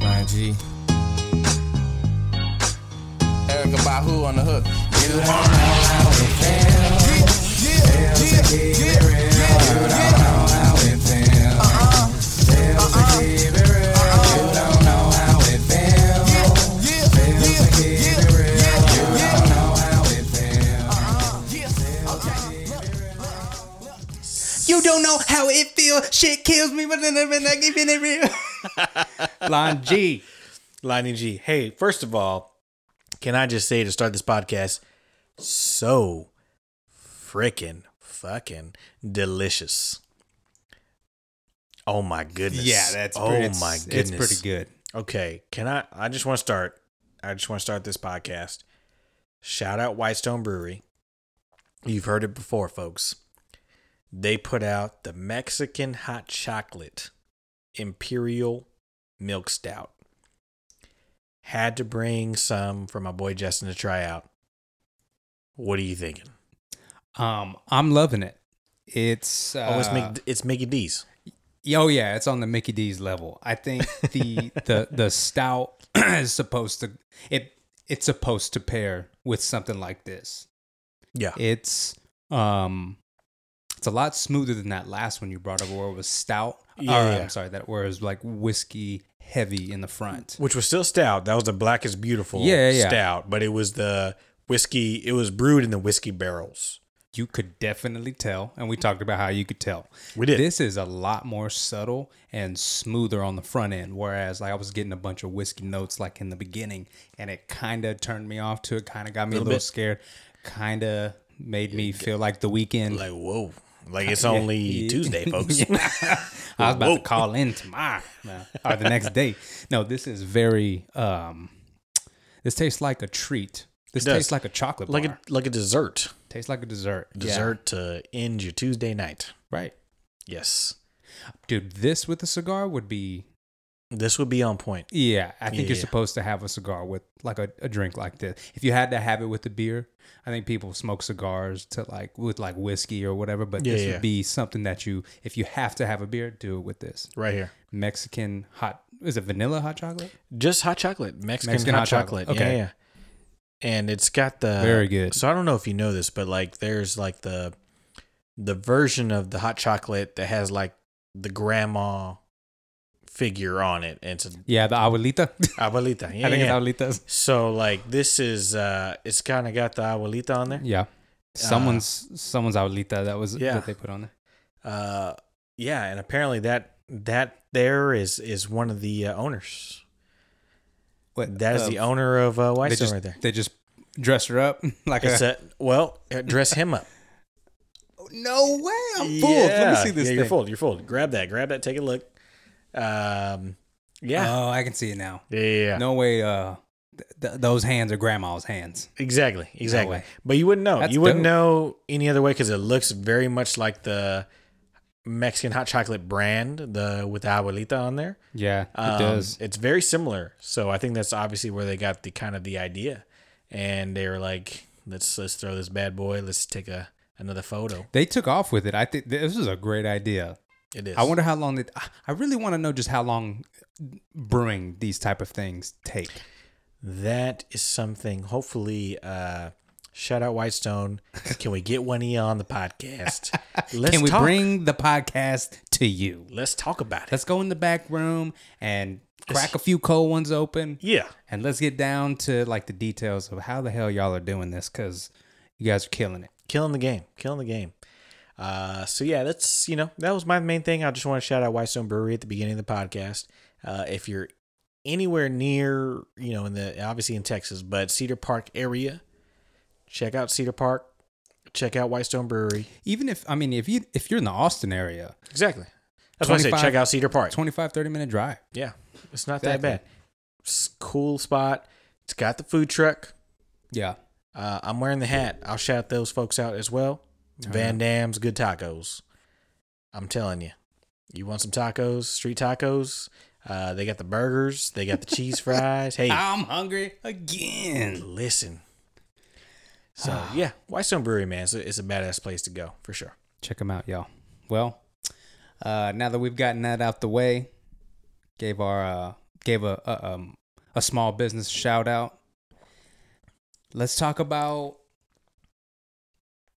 line, G. Erica Bahu on the hook. You don't know how it feels. Yeah, yeah, yeah, yeah, You don't know how it feels. Uh-uh. Feels to keep it real. You don't know how it feels. Feels to keep it real. You don't know how it feels. You don't know how it feels. Shit kills me, but then I'm not giving it real. Lon G. Lonnie G. Hey, first of all, can I just say to start this podcast, so freaking fucking delicious. Oh my goodness. Yeah, that's oh pretty, it's, my It's goodness. pretty good. Okay, can I? I just want to start. I just want to start this podcast. Shout out Whitestone Brewery. You've heard it before, folks. They put out the Mexican hot chocolate imperial milk stout. Had to bring some for my boy Justin to try out. What are you thinking? Um, I'm loving it. It's uh, oh, it's Mickey, it's Mickey D's. Yeah, Oh yeah, it's on the Mickey D's level. I think the the the stout is supposed to it it's supposed to pair with something like this. Yeah, It's um it's a lot smoother than that last one you brought up where it was stout. Yeah, or, yeah. I'm sorry, that where it was like whiskey heavy in the front. which was still stout. That was the Black is Beautiful Yeah, yeah, yeah. stout, but it was the whiskey. It was brewed in the whiskey barrels. You could definitely tell, and we talked about how you could tell. We did. This is a lot more subtle and smoother on the front end. Whereas, like, I was getting a bunch of whiskey notes like in the beginning, and it kind of turned me off to it. Kind of got me a little, bit. scared. Kind of made me feel like the weekend. like whoa, like it's only yeah. Tuesday, folks. I was about Whoa. to call in tomorrow no, or the next day. No, this is very. um This tastes like a treat. This does. tastes like a chocolate like a bar. like a dessert, tastes like a dessert. Yeah. dessert to end your Tuesday night. right? Yes, Dude, this with a cigar would be this would be on point. Yeah, I think you're Yeah. supposed to have a cigar with like a, a drink like this. If you had to have it with a beer, I think people smoke cigars to like with like whiskey or whatever. But Yeah, this yeah. would be something that you, if you have to have a beer, do it with this Right here, Mexican hot. Is it vanilla hot chocolate? just hot chocolate, Mexican, Mexican hot, hot chocolate. chocolate. Yeah, Okay. yeah. And it's got the Very good. Uh, So I don't know if you know this, but like there's like the the version of the hot chocolate that has like the grandma figure on it, and it's a Yeah, the abuelita. abuelita. Yeah, I think yeah. it's abuelitas. so like this is uh, it's kind of got the abuelita on there. Yeah, someone's someone's abuelita. That was Uh, Yeah. that they put on there. uh yeah and apparently that that there is is one of the uh, owners What that is the owner of uh They Whitestone just right there they just dress her up like it's a, a well uh, dress him up no way. I'm fooled. Let me Yeah. see this yeah, you're thing. fooled you're fooled grab that grab that take a look um yeah Oh, I can see it now. yeah, yeah, yeah. No way. Uh, th- th- those hands are grandma's hands. exactly exactly way. but you wouldn't know That's you wouldn't dope. know any other way because it looks very much like the mexican hot chocolate brand the with the abuelita on there Yeah, it Um, does. It's very similar. So I think that's obviously where they got the kind of the idea, and they were like, "Let's let's throw this bad boy. Let's take a another photo." They took off with it. I think this is a great idea. It is. I wonder how long. It, I- I really want to know just how long brewing these type of things take. that is something. Hopefully, uh, shout out Whitestone. Can we get one E on the podcast? Let's Can we talk. bring the podcast to you? Let's talk about it. Let's go in the back room and crack a few cold ones open, yeah, and let's get down to like the details of how the hell y'all are doing this because you guys are killing it. killing the game, killing the game. Uh, so yeah, that's you know that was my main thing. I just want to shout out Whitestone Brewery at the beginning of the podcast. Uh, if you're anywhere near, you know, in the obviously in Texas, but Cedar Park area, check out Cedar Park. Check out Whitestone Brewery. Even if I mean if you if you're in the Austin area, Exactly. That's why I said 25 check out Cedar Park. 25 30 minute drive. yeah, it's not Exactly. that bad. It's a cool spot. It's got the food truck. Yeah. Uh, I'm wearing the hat. I'll shout those folks out as well. Van Dam's Good Tacos. I'm telling you, you want some tacos, street tacos. Uh, they got the burgers. They got the cheese fries. Hey, I'm hungry again. listen. So yeah, Whitestone Brewery, man, it's a, it's a badass place to go for sure. Check them out, y'all. Well, uh, now that we've gotten that out the way, gave our uh, gave a, a um a small business shout out. Let's talk about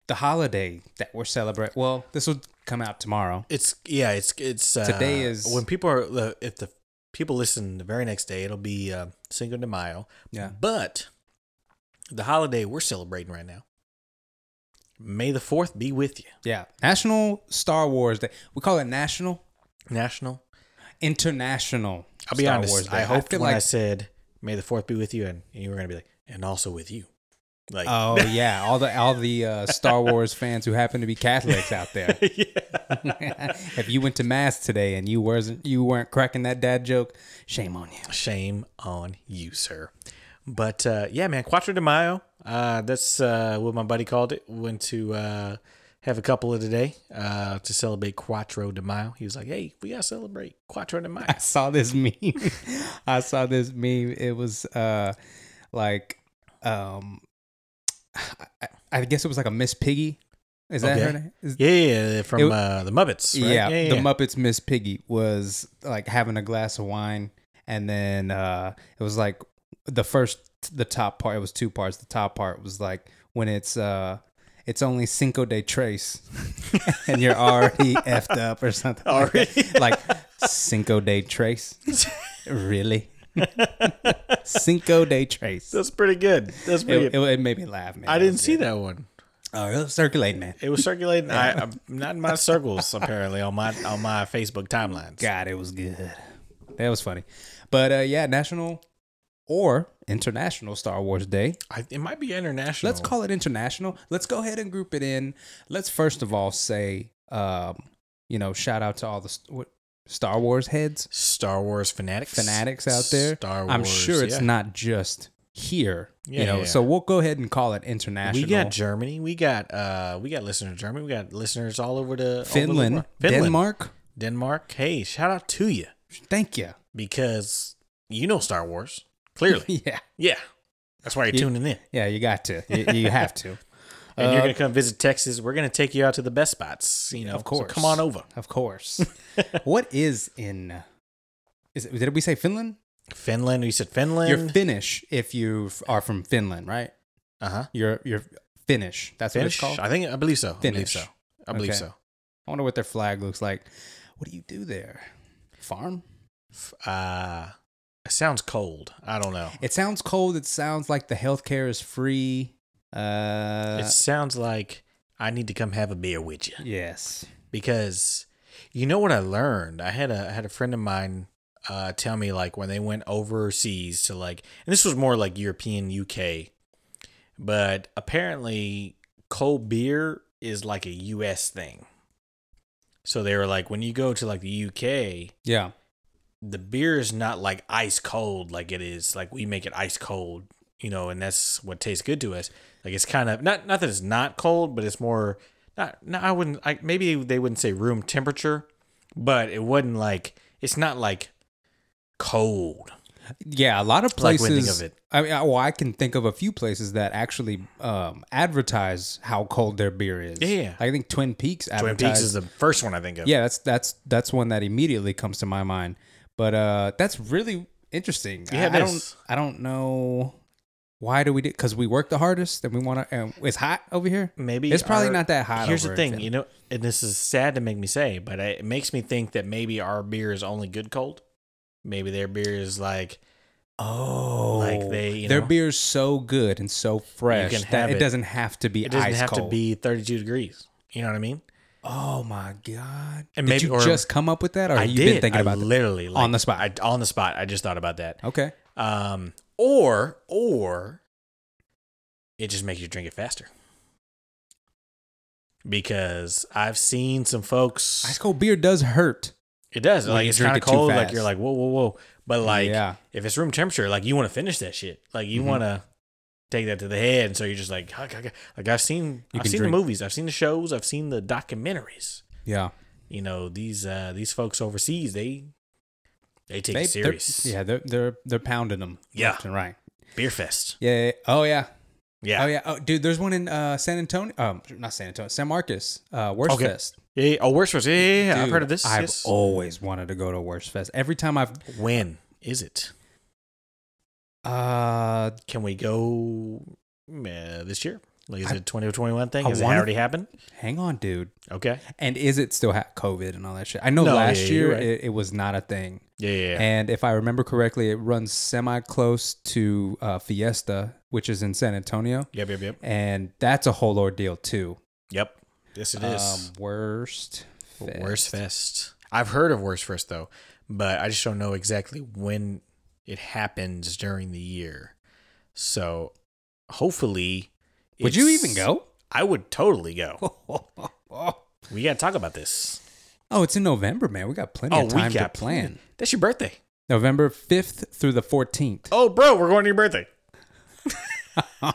the holiday that we're celebrating. Well, this will come out tomorrow. It's yeah, it's it's uh, Today is- when people are the- if the people listen the very next day, it'll be uh, Cinco de Mayo. Yeah. But the holiday we're celebrating right now, May the Fourth be with you. Yeah, National Star Wars Day. We call it National National. International. I'll be Star honest. Wars Day. I hoped feel when like, I said May the Fourth be with you, and, and you were gonna be like, and also with you. Like oh yeah, all the all the uh, Star Wars fans who happen to be Catholics out there. if you went to mass today and you wasn't you weren't cracking that dad joke, shame on you. Shame on you, sir. But uh, yeah, man, Quattro de Mayo. Uh, that's uh, what my buddy called it. Went to uh, have a couple of today uh, to celebrate Quattro de Mayo. He was like, "Hey, we gotta celebrate Quattro de Mayo." I saw this meme. I saw this meme. It was uh like um I, I- I guess it was like a Miss Piggy. Is that her Okay. name? Is- Yeah, yeah, yeah, from It- uh, the Muppets. Right? Yeah, the Muppets Miss Piggy was like having a glass of wine, and then uh, it was like the first, the top part. It was two parts. The top part was like when it's uh, it's only Cinco de Trace, and you're already effed up or something. Already. like, that. like Cinco de Trace, really? Cinco de Trace. that's pretty good. That's pretty. It, it, good. it made me laugh, man. I didn't see that one. Oh, it was circulating, man. It was circulating. I, I'm not in my circles apparently on my on my Facebook timelines. God, it was good. That was funny. But uh, yeah, National or International Star Wars Day. I, it might be international. Let's call it International. Let's go ahead and group it in. Let's first of all say, um, you know, shout out to all the st- what, Star Wars heads, Star Wars fanatics. fanatics out there. Star Wars. I'm sure it's yeah. not just here, Yeah, you know. yeah, So we'll go ahead and call it International. We got Germany. We got uh we got listeners in Germany. We got listeners all over the all over the Finland, world. Finland, Denmark. Denmark. Hey, shout out to you Thank you. because you know Star Wars clearly. yeah, yeah, that's why you're You- tuning in. yeah. You got to. You, you have to. And you're Uh, gonna come visit Texas. We're gonna take you out to the best spots. You know, Of course. So come on over. Of course. what is in? Is it, did we say Finland? Finland. You said You're Finland. Finnish if you f- are from Finland, right? uh huh. You're you're Finnish. That's Finnish. what it's called. I think. I believe so. I believe Finnish. so. I believe Okay. so. I wonder what their flag looks like. What do you do there? Farm? F- Uh, it sounds cold. I don't know. It sounds cold. It sounds like the healthcare is free. Uh, it sounds like I need to come have a beer with you. yes. because you know what I learned. I had a I had a friend of mine uh, tell me like when they went overseas to like, and this was more like European UK, but apparently cold beer is like a US thing. So they were like, when you go to like the UK, Yeah. the beer is not like ice cold like it is like we make it ice cold, you know, and that's what tastes good to us. Like it's kind of not not that it's not cold, but it's more not no I wouldn't I maybe they wouldn't say room temperature, but it wasn't like it's not like cold. Yeah, a lot of Like when places. you think of it. I mean, I- well, I can think of a few places that actually um, advertise how cold their beer is. Yeah. I think Twin Peaks. Twin Advertised, Peaks is the first one I think of. yeah, that's that's that's one that immediately comes to my mind. But uh, that's really interesting. Yeah, I, it I is. don't I don't know why do we do because we work the hardest and we want to. And it's hot over here. Maybe it's probably our- not that hot. Here's over the in thing, Finland. you know, and this is sad to make me say, but it it makes me think that maybe our beer is only good cold. Maybe their beer is like Oh, Like they, you their know- beer's so good and so fresh can have that it, it. doesn't have to be it doesn't ice have to cold. be 32 degrees. You know what I mean? Oh my god! And did maybe- you or- just come up with that, or I have you did. been thinking I about that? literally On the spot. I, on the spot. I just thought about that. Okay. Um, or or it just makes you drink it faster because I've seen some folks. Ice cold beer does hurt. It does. When Like you it's drink kind of it too cold. Like fast. you're like whoa whoa whoa. But like Yeah. if it's room temperature, like you want to finish that shit. Like you Mhm. want to take that to the head. And so you're just like "Huck, huck, huck." like I've seen You I've can seen drink- the movies, I've seen the shows, I've seen the documentaries. Yeah. You know these uh these folks overseas they they take They- it they're- serious. Yeah, they're they're they're pounding them. Yeah. left and right. Beer fest. Yeah. yeah, Oh yeah. Yeah. Oh yeah. Oh dude, there's one in uh, San Antonio. Um, not San Antonio. San Marcos. Uh, Worst Okay. Fest. Yeah, yeah. Oh, worst was yeah, yeah, yeah. I've Dude, heard of this. I've yes. always wanted to go to Worst Fest. Every time I've when is it? Uh, Can we go uh, this year? Like, is I- it 2021 thing? I Has it wanna- already happened? hang on, dude. Okay. And is it still ha- COVID and all that shit? I know No, last yeah, year you're right. it, it was not a thing. Yeah, yeah, yeah. And if I remember correctly, it runs semi close to uh, Fiesta, which is in San Antonio. Yep, yep, yep. And that's a whole ordeal, too. Yep. Yes, it is. Um, worst. Um, fest. Worst Fest. I've heard of Worst Fest, though, but I just don't know exactly when it happens during the year. So hopefully. Would you it's- even go? I would totally go. We got to talk about this. Oh, it's in November, man. We got plenty Oh, of we time to got plan. plenty. That's your birthday. November 5th through the 14th. Oh, bro, we're going to your birthday. Oh.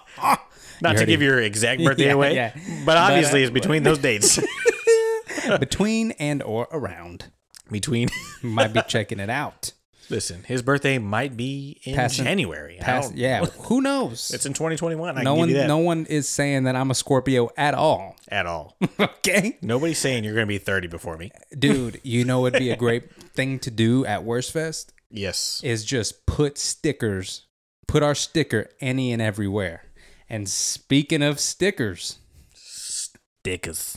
Not You to heard give him. your exact birthday Yeah, away, yeah. but obviously uh, it's between those dates. Between and or around. between. Might be checking it out. Listen, his birthday might be in Passing- January. I Pass, don't- yeah, who knows? Oh. It's in 2021. I no can one give you that no one is saying that I'm a Scorpio at all. at all. okay. Nobody's saying you're going to be 30 before me. Dude, you know it'd be a great thing to do at Worst Fest Yes. is just put stickers, put our sticker any and everywhere. And speaking of stickers, Dickers.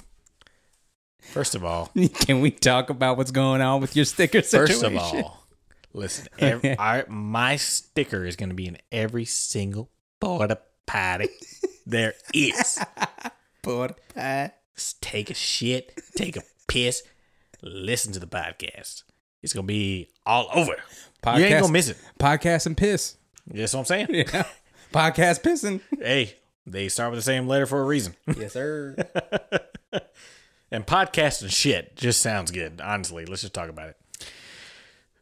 First of all, can we talk about what's going on with your sticker situation? first of all, listen, ev I, my sticker is going to be in every single porta potty there is. But, uh, Take a shit, take a piss, listen to the podcast. It's going to be all over. podcast, You ain't going to miss it. podcast and piss. That's what I'm saying. Yeah. podcast pissing. Hey, they start with the same letter for a reason. Yes, sir. and podcasting shit just sounds good. Honestly, let's just talk about it.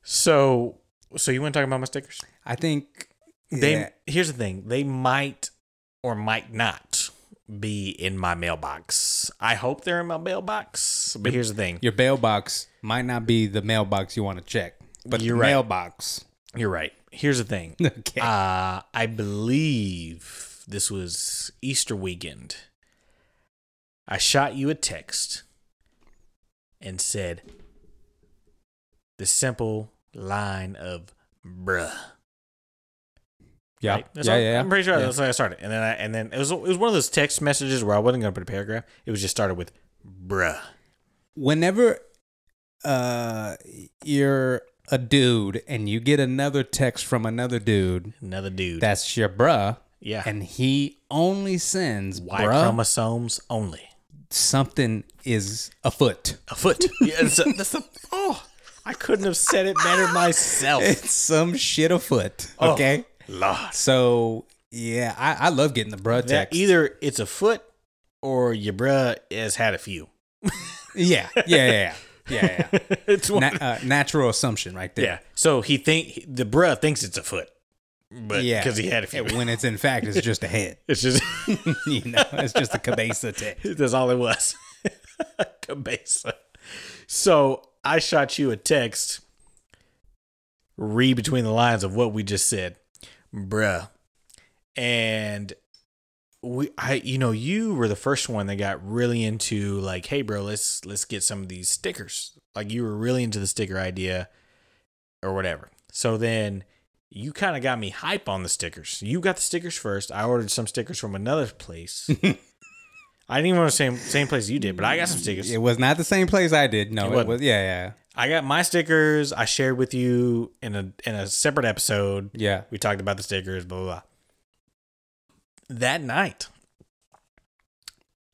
So, so you want to talk about my stickers? I think yeah, They here's the thing: they might or might not be in my mailbox. I hope they're in my mailbox. But here's the thing: your mailbox might not be the mailbox you want to check, but You're the right. mailbox. you're right. Here's the thing: Okay. uh, I believe this was Easter weekend. I shot you a text and said the simple line of "bruh." yeah. Right? That's yeah, how- yeah, yeah. I'm pretty sure Yeah. that's how I started, and then I, and then it was it was one of those text messages where I wasn't gonna put a paragraph. It was just started with "bruh." Whenever uh you're a dude and you get another text from another dude, Another dude. that's your bruh, yeah. and he only sends Y bruh, chromosomes only. something is afoot. A foot. yeah, that's a, that's a, oh, I couldn't have said it better myself. It's some shit afoot. Oh, Okay. Lord. So yeah, I, I love getting the bruh that text. either it's a foot or your bruh has had a few. Yeah, yeah, yeah, yeah, yeah. yeah. it's one. Na- uh, natural assumption right there. yeah. So he think the bruh thinks it's a foot, but Yeah. because he had a few, When it's in fact, it's just a head. it's just you know, it's just a cabeza text. that's all it was. Cabeza. So I shot you a text. Read between the lines of what we just said, bruh, and we i you know you were the first one that got really into like hey bro let's let's get some of these stickers like you were really into the sticker idea or whatever so then you kind of got me hype on the stickers you got the stickers first i ordered some stickers from another place i didn't even want the same same place you did but i got some stickers It was not the same place I did. No, It it, wasn't. was. Yeah, yeah, i got my stickers i shared with you in a in a separate episode yeah. we talked about the stickers, blah, blah, blah. That night,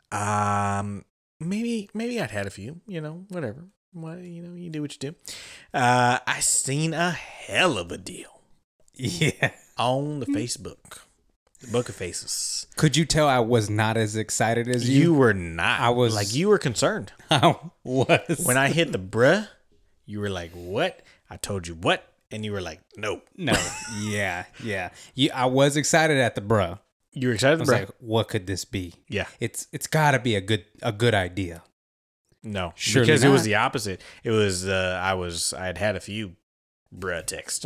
um, maybe maybe I'd had a few, you know, whatever. What, you know, you do what you do. Uh, I seen a hell of a deal Yeah. on Hmm. the Facebook, the Book of Faces. Could you tell I was not as excited as You you? were not. I was- like you were concerned I was. when I hit the bruh. You were like, "What?" I told you what, and you were like, "Nope." no. Yeah, yeah. You, I was excited at the bruh. You were excited, I was bruh. like, what could this be? yeah. It's it's got to be a good a good idea. No, Surely because it was not. the opposite. It was uh, I was I had had a few bruh text.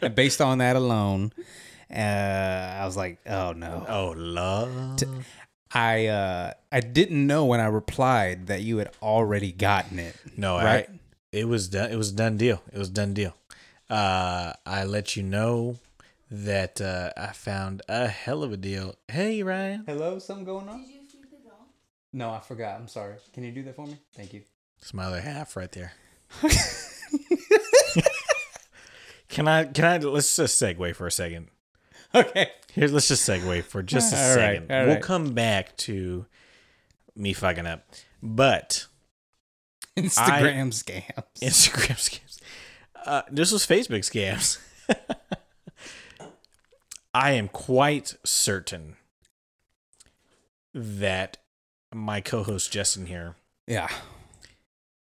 and based on that alone, uh, I was like, oh no. oh love, I uh I didn't know when I replied that you had already gotten it. no, right? it was done. It was a done deal. It was a done deal. Uh, I let you know that uh, I found a hell of a deal. Hey Ryan, Hello, something going on? Did you feed the dog? No, I forgot. I'm sorry. Can you do that for me? Thank you. it's my other half right there. Can I? Can I? Let's just segue for a second. okay. Here, let's just segue for just a All right, second. all we'll right. come back to me fucking up, but Instagram scams. Instagram scams. Uh, this was Facebook scams. I am quite certain that my co-host Justin here yeah.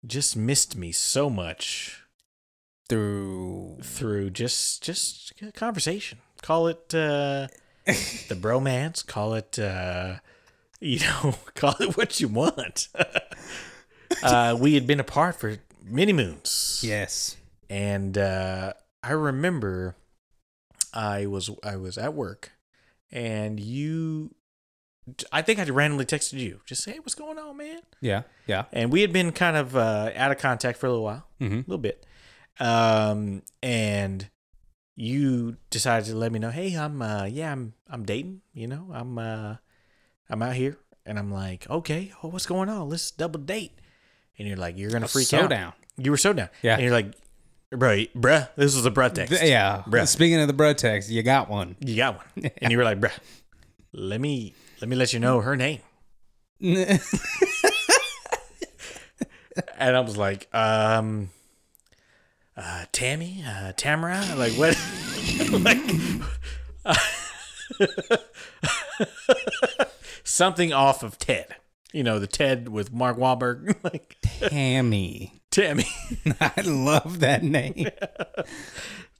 just missed me so much Through. through just just conversation. Call it uh, the bromance. Call it uh, you know. Call it what you want. uh, we had been apart for many moons. Yes. and uh, I remember I was I was at work, and you, I think I randomly texted you, just say, "Hey, what's going on, man?" Yeah. Yeah. And we had been kind of uh, out of contact for a little while, Mm-hmm. a little bit, um, and you decided to let me know, "Hey, I'm uh, yeah, I'm I'm dating, you know, I'm uh, I'm out here," and I'm like, "Okay, oh, what's going on? Let's double date." And you're like, "You're gonna freak so out." down. You were so down. Yeah. And you're like, bro, bruh, this was a bruh text. Th- yeah. Bruh. Speaking of the bro text, you got one. You got one. And you were like, bruh, let me let me let you know her name. And I was like, um uh Tammy, uh Tamara, like what like something off of Ted. You know, the Ted with Mark Wahlberg, like Tammy. Tammy. I love that name.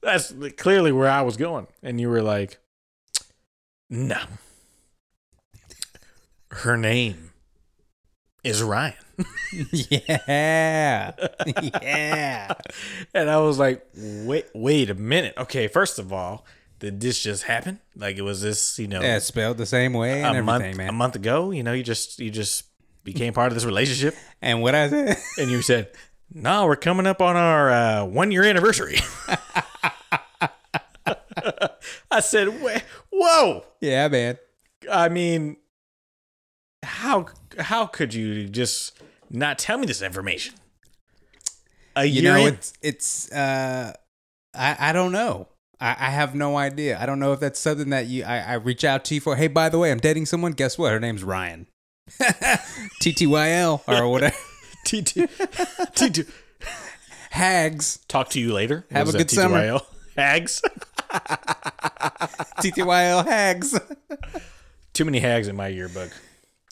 That's clearly where I was going. And you were like, no. Her name is Ryan. yeah. Yeah. And I was like, wait, wait a minute. Okay, first of all, did this just happen? Like it was this, you know, Yeah, it's spelled the same way and a month everything, a man. month ago, you know, you just you just became part of this relationship And what I said, and you said, "No, we're coming up on our uh, one-year anniversary." I said, "Wait, whoa." yeah, man. I mean, how how could you just not tell me this information? A you year know in, it's it's uh i i don't know I, I have no idea i don't know if that's something that you I, I reach out to you for hey by the way i'm dating someone guess what her name's ryan ttyl or whatever T two T two. hags Talk to you later. Have Was a that good summer. TTYL? Hags. ttyl hags Too many hags in my yearbook.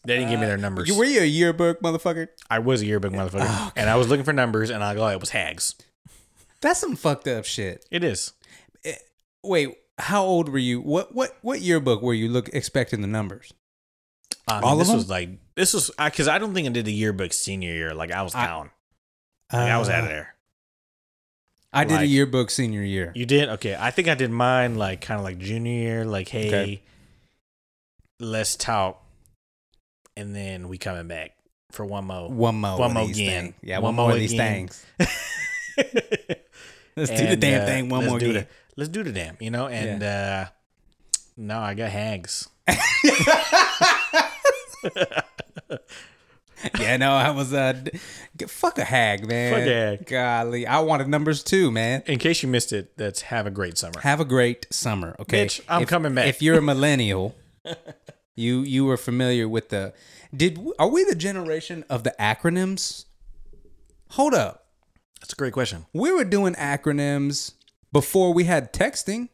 They didn't give me their numbers. Uh, you were Oh, you a yearbook motherfucker I was a yearbook motherfucker, and I was looking for numbers, and I got it was hags. that's some fucked up shit It is. wait how old were you what what what yearbook were you look expecting the numbers I mean, All of Um, this them? was like this was because I, don't think I did the yearbook senior year. Like I was I- Uh, down. like, I was out of there. i did a Like- yearbook senior year You did okay. I think I did mine like kind of like junior year. Like hey, Okay. let's talk, and then we coming back for one more. one more One of more these again. things. yeah One one, more more of these again. things Let's do the And, damn uh, thing one let's more do game. the- let's do the damn. You know, and uh no, I got hags. yeah, no, I was uh, d- g- fuck a hag, man. Fuck a hag. Golly, I wanted numbers too, man. In case you missed it, that's have a great summer. Have a great summer, okay? Bitch, I'm If- coming back. If you're a millennial, you you were familiar with the did w- are we the generation of the acronyms? Hold up, That's a great question. we were doing acronyms before we had texting,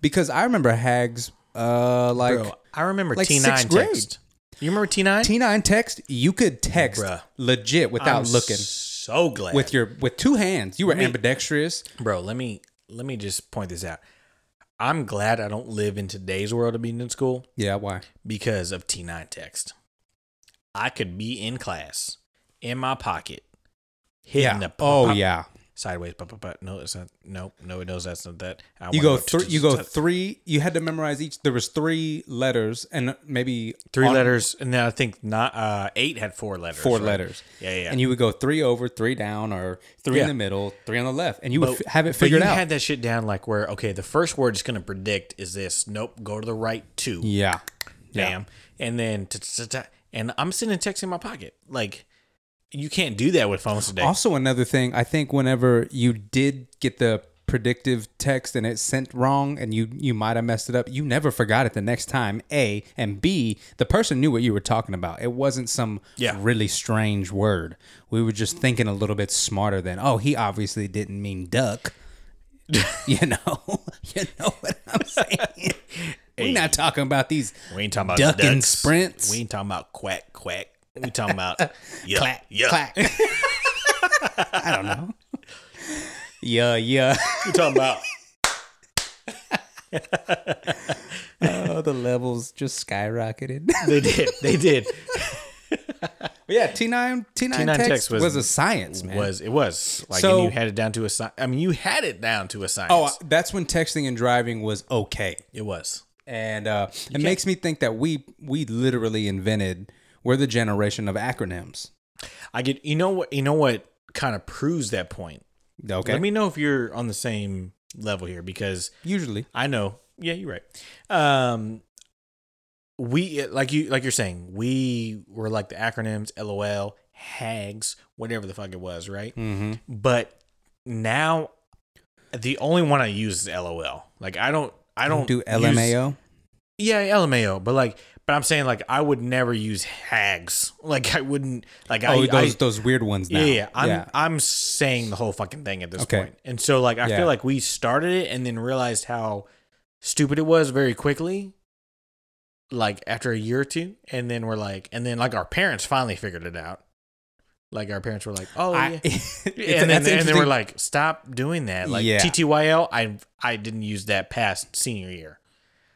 because I remember hags uh like Bro, I remember like T9 sixth grade. text. You remember T9? T9 text. You could text Bruh. legit without I'm looking. So glad. with your with two hands. You were ambidextrous. Bro, let me let me just point this out. I'm glad I don't live in today's world of being in school Yeah, why? because of T9 text. I could be in class, in my pocket, hitting the Oh yeah. sideways. But but but no, it's not. No, no, it knows that's not that. I You wanna go three. You go three three. You had to memorize each. There was three letters and maybe on- letters, and then I think not uh eight had four letters. four right? letters. Yeah, yeah. And you would go three over, three down, or three Yeah. in the middle, three on the left, and you would But- f- have it but figured you out. had that shit down like where okay, the first word it's gonna predict is this. Nope, go to the right two. yeah, yeah. Bam. And then t- t- t- and I'm sitting and texting in my pocket. Like you can't do that with phones today. Also, another thing, I think whenever you did get the predictive text and it sent wrong, and you you might have messed it up, you never forgot it the next time. A and B, the person knew what you were talking about. It wasn't some Yeah. really strange word. We were just thinking a little bit smarter than, oh, he obviously didn't mean duck. you know, you know what I'm saying. We're not talking about these. We ain't talking about duck and ducks. sprints. We ain't talking about quack quack. We talking about yuck, clack, yuck. clack. I don't know. Yeah, yeah. We talking about Oh, the levels just skyrocketed. they did they did yeah, T nine T nine T9 text, text was, was- a science man. was it was like So- and you had it down to a science. I mean you had it down to a science. oh, that's when texting and driving was okay, it was. and uh, it makes me think that we we literally invented we're the generation of acronyms. I get you know what you know what kind of proves that point. Okay, Let me know if you're on the same level here because usually I know. Yeah, you're right. Um, we like you like you're saying we were like the acronyms LOL, Hags, whatever the fuck it was, right? mm-hmm. But now the only one I use is LOL. Like I don't I don't do use- LMAO. yeah, LMAO, but like but I'm saying like I would never use Hags. Like I wouldn't like oh, I those I, those weird ones. Now. yeah, yeah. I'm I'm saying the whole fucking thing at this Okay. point. And so like I Yeah. feel like we started it and then realized how stupid it was very quickly. Like after a year or two, and then we're like, and then like our parents finally figured it out. Like our parents were like, "Oh I- yeah," it's- and then, that's and they were interesting. like, "Stop doing that." Like Yeah. TTYL, I I didn't use that past senior year.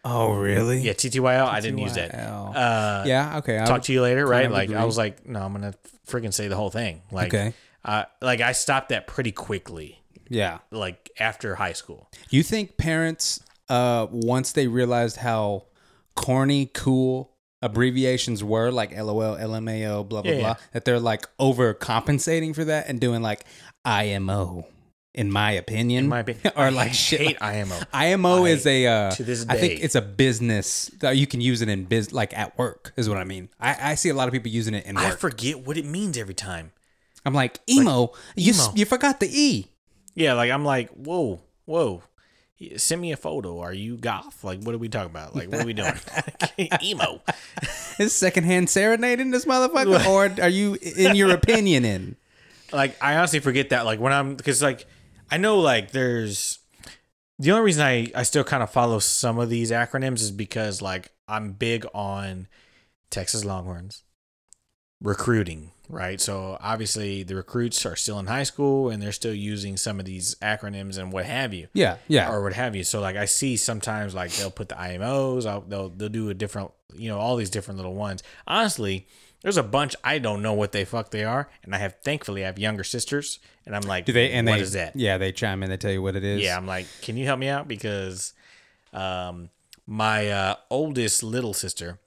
"Oh, really? Yeah, TTYL, I didn't use that. TTYL. Uh, yeah, okay. I talk would- to you later, kind right? of Like agree. I was like, no, I'm gonna freaking say the whole thing. Like, Okay. uh, like I stopped that pretty quickly, yeah. like after high school. You think parents, uh, once they realized how corny, cool abbreviations were, like LOL, LMAO, blah blah Yeah, yeah. blah, that they're like overcompensating for that and doing like IMO, in my opinion, In my opinion, or like shit. hate like- IMO. IMO I- is a uh, to this I think day. it's a business that you can use it in biz, like at work, is what I mean. I, I see a lot of people using it in I work. forget what it means every time. I'm like emo, you s- emo. you forgot the e. Yeah, like I'm like, whoa, whoa. Yeah, Send me a photo. Are you goth? Like, what are we talking about? Like, what are we doing? Emo. Is secondhand serenading this motherfucker, or are you in your opinion in? like I honestly forget that. Like when I'm because like I know like there's the only reason I I still kind of follow some of these acronyms is because like I'm big on Texas Longhorns recruiting, right? So obviously the recruits are still in high school and they're still using some of these acronyms and what have you Yeah, yeah. or what have you. So like I see sometimes like they'll put the IMOs, I'll, they'll they'll do a different, you know, all these different little ones. Honestly, there's a bunch I don't know what they fuck they are, and I have thankfully I have younger sisters, and I'm like, Do they and what they is that? Yeah, they chime in. They tell you what it is. Yeah, I'm like, can you help me out because, um, my uh, oldest little sister,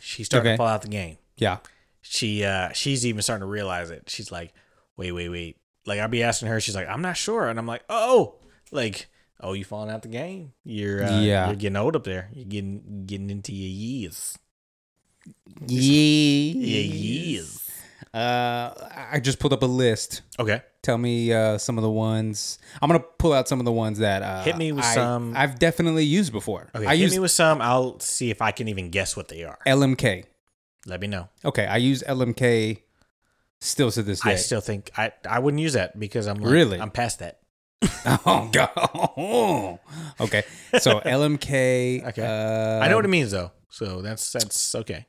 she's starting Okay. to fall out the game yeah. she uh she's even starting to realize it. She's like, wait, wait, wait. Like I'll be asking her, she's like, I'm not sure, and I'm like, oh, like, oh, you falling out the game. You're uh, Yeah. you're getting old up there. You're getting getting into your years. Your Yeah. years. Uh, I just pulled up a list. Okay. Tell me uh, some of the ones. I'm gonna pull out some of the ones that uh, Hit me with I, some- I've definitely used before. Okay. I hit use me with some. I'll see if I can even guess what they are. LMK. Let me know. Okay, I use LMK still to this day. I still think I I wouldn't use that because I'm like, Really? I'm past that. oh god. okay, so LMK. Okay. Uh, I know what it means though. So that's that's okay.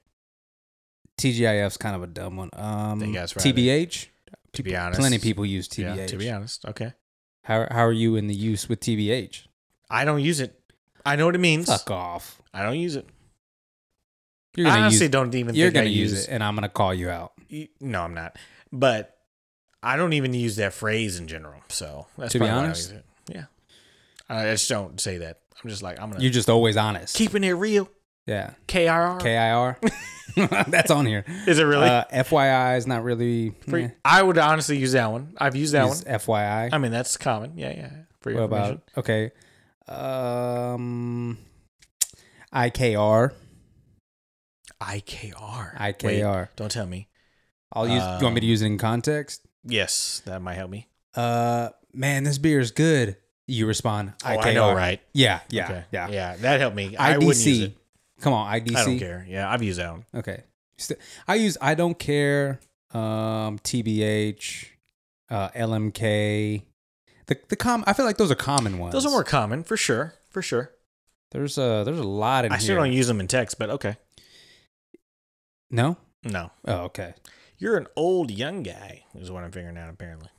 TGIF's kind of a dumb one. Um, Think that's right. TBH. To be People- honest. plenty of people use TBH. Yeah, to be honest. Okay. How how are you in the use with TBH? I don't use it. I know what it means. Fuck off. I don't use it. You're I gonna honestly use don't even you're think I gonna use use it, and I'm gonna call you out. y- no, I'm not. But I don't even use that phrase in general. So that's To be probably why I don't honest? use it. yeah, I just don't say that. I'm just like I'm gonna You're just always honest. keeping it real. Yeah. KRR KIR. That's on here. is it really? Uh, FYI is not really. Free- eh, I would honestly use that one. I've used that use one. FYI. I mean, that's common. Yeah, yeah. Free what information. about okay? Um, IKR. IKR. IKR. Wait, don't tell me. I'll use. you want Uh. me to use it in context? Yes, that might help me. Uh, man, this beer is good. You respond. Oh, IKR. I know, right? Yeah, yeah, Okay. yeah. Yeah, that helped me. I wouldn't use IDC. it. Come on, IDC. I don't care. Yeah, I've used that one. Okay. St- I use I don't care, um, TBH, uh, LMK. The the com I feel like those are common ones. Those are more common for sure. For sure. There's a there's a lot in I here. still don't use them in text, but okay. no. No. Oh, okay. You're an old young guy, is what I'm figuring out apparently.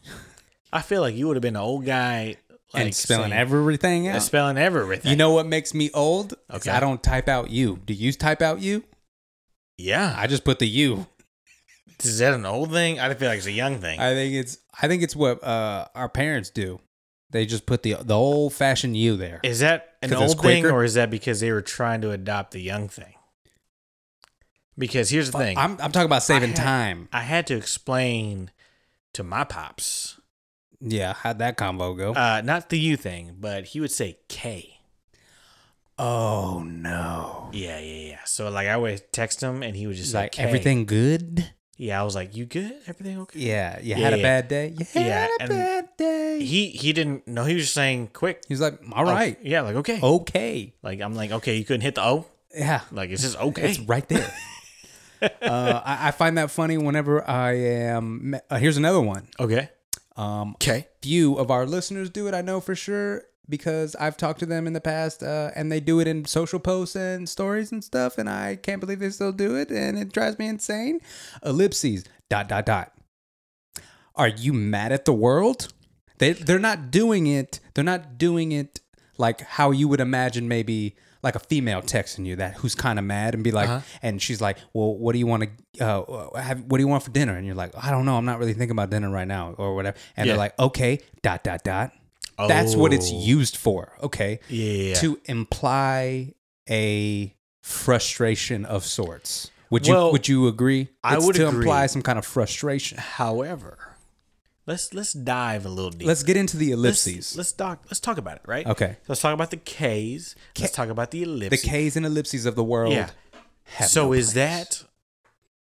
I feel like you would have been an old guy like and spelling saying- everything uh, out. spelling everything. you know what makes me old? Okay. Okay. I don't type out you. Do you type out you? Yeah. I just put the you. Is that an old thing? I feel like it's a young thing. I think it's I think it's what uh our parents do. They just put the the old fashioned you there. Is that an 'Cause it's old thing, quicker? or is that because they were trying to adopt the young thing? Because here's the thing: I'm I'm talking about saving had- time. I had to explain to my pops, Yeah, how'd that combo go? uh, not the you thing, but he would say K. oh no. Yeah, yeah, yeah. So like, I would text him, and he would just It's say like K. everything good. Yeah, I was like, "You good? Everything okay?" Yeah, you Yeah, had a yeah. bad day. You had Yeah, a and bad day. He He, he didn't know. He was just saying quick. was like, all Oh, right, yeah, like okay. okay, Like I'm like okay. You couldn't hit the O. yeah, Like it's just okay. it's right there. uh, I, I find that funny whenever I am. me- Uh, here's another one. Okay. Um, Okay. few of our listeners do it. I know for sure because I've talked to them in the past, uh, and they do it in social posts and stories and stuff. And I can't believe they still do it, and it drives me insane. Ellipses. Dot dot dot. Are you mad at the world? They they're not doing it. They're not doing it like how you would imagine maybe like a female texting you that who's kind of mad and be like Uh-huh. and she's like, "Well, what do you want to uh have what do you want for dinner?" and you're like, "I don't know. I'm not really thinking about dinner right now or whatever." And Yeah. they're like, "Okay, dot dot dot." That's what it's Oh. used for. Okay. Yeah. yeah, yeah. To imply a frustration of sorts. Would you Well, would you agree? I would to agree. imply some kind of frustration. However, let's let's dive a little deeper. Let's get into the Let's- ellipses. Let's, talk. Let's talk about it, right? Okay. Let's talk about the K's. Let's talk about the the ellipses. K's and ellipses of the world. Yeah. have so no is place. that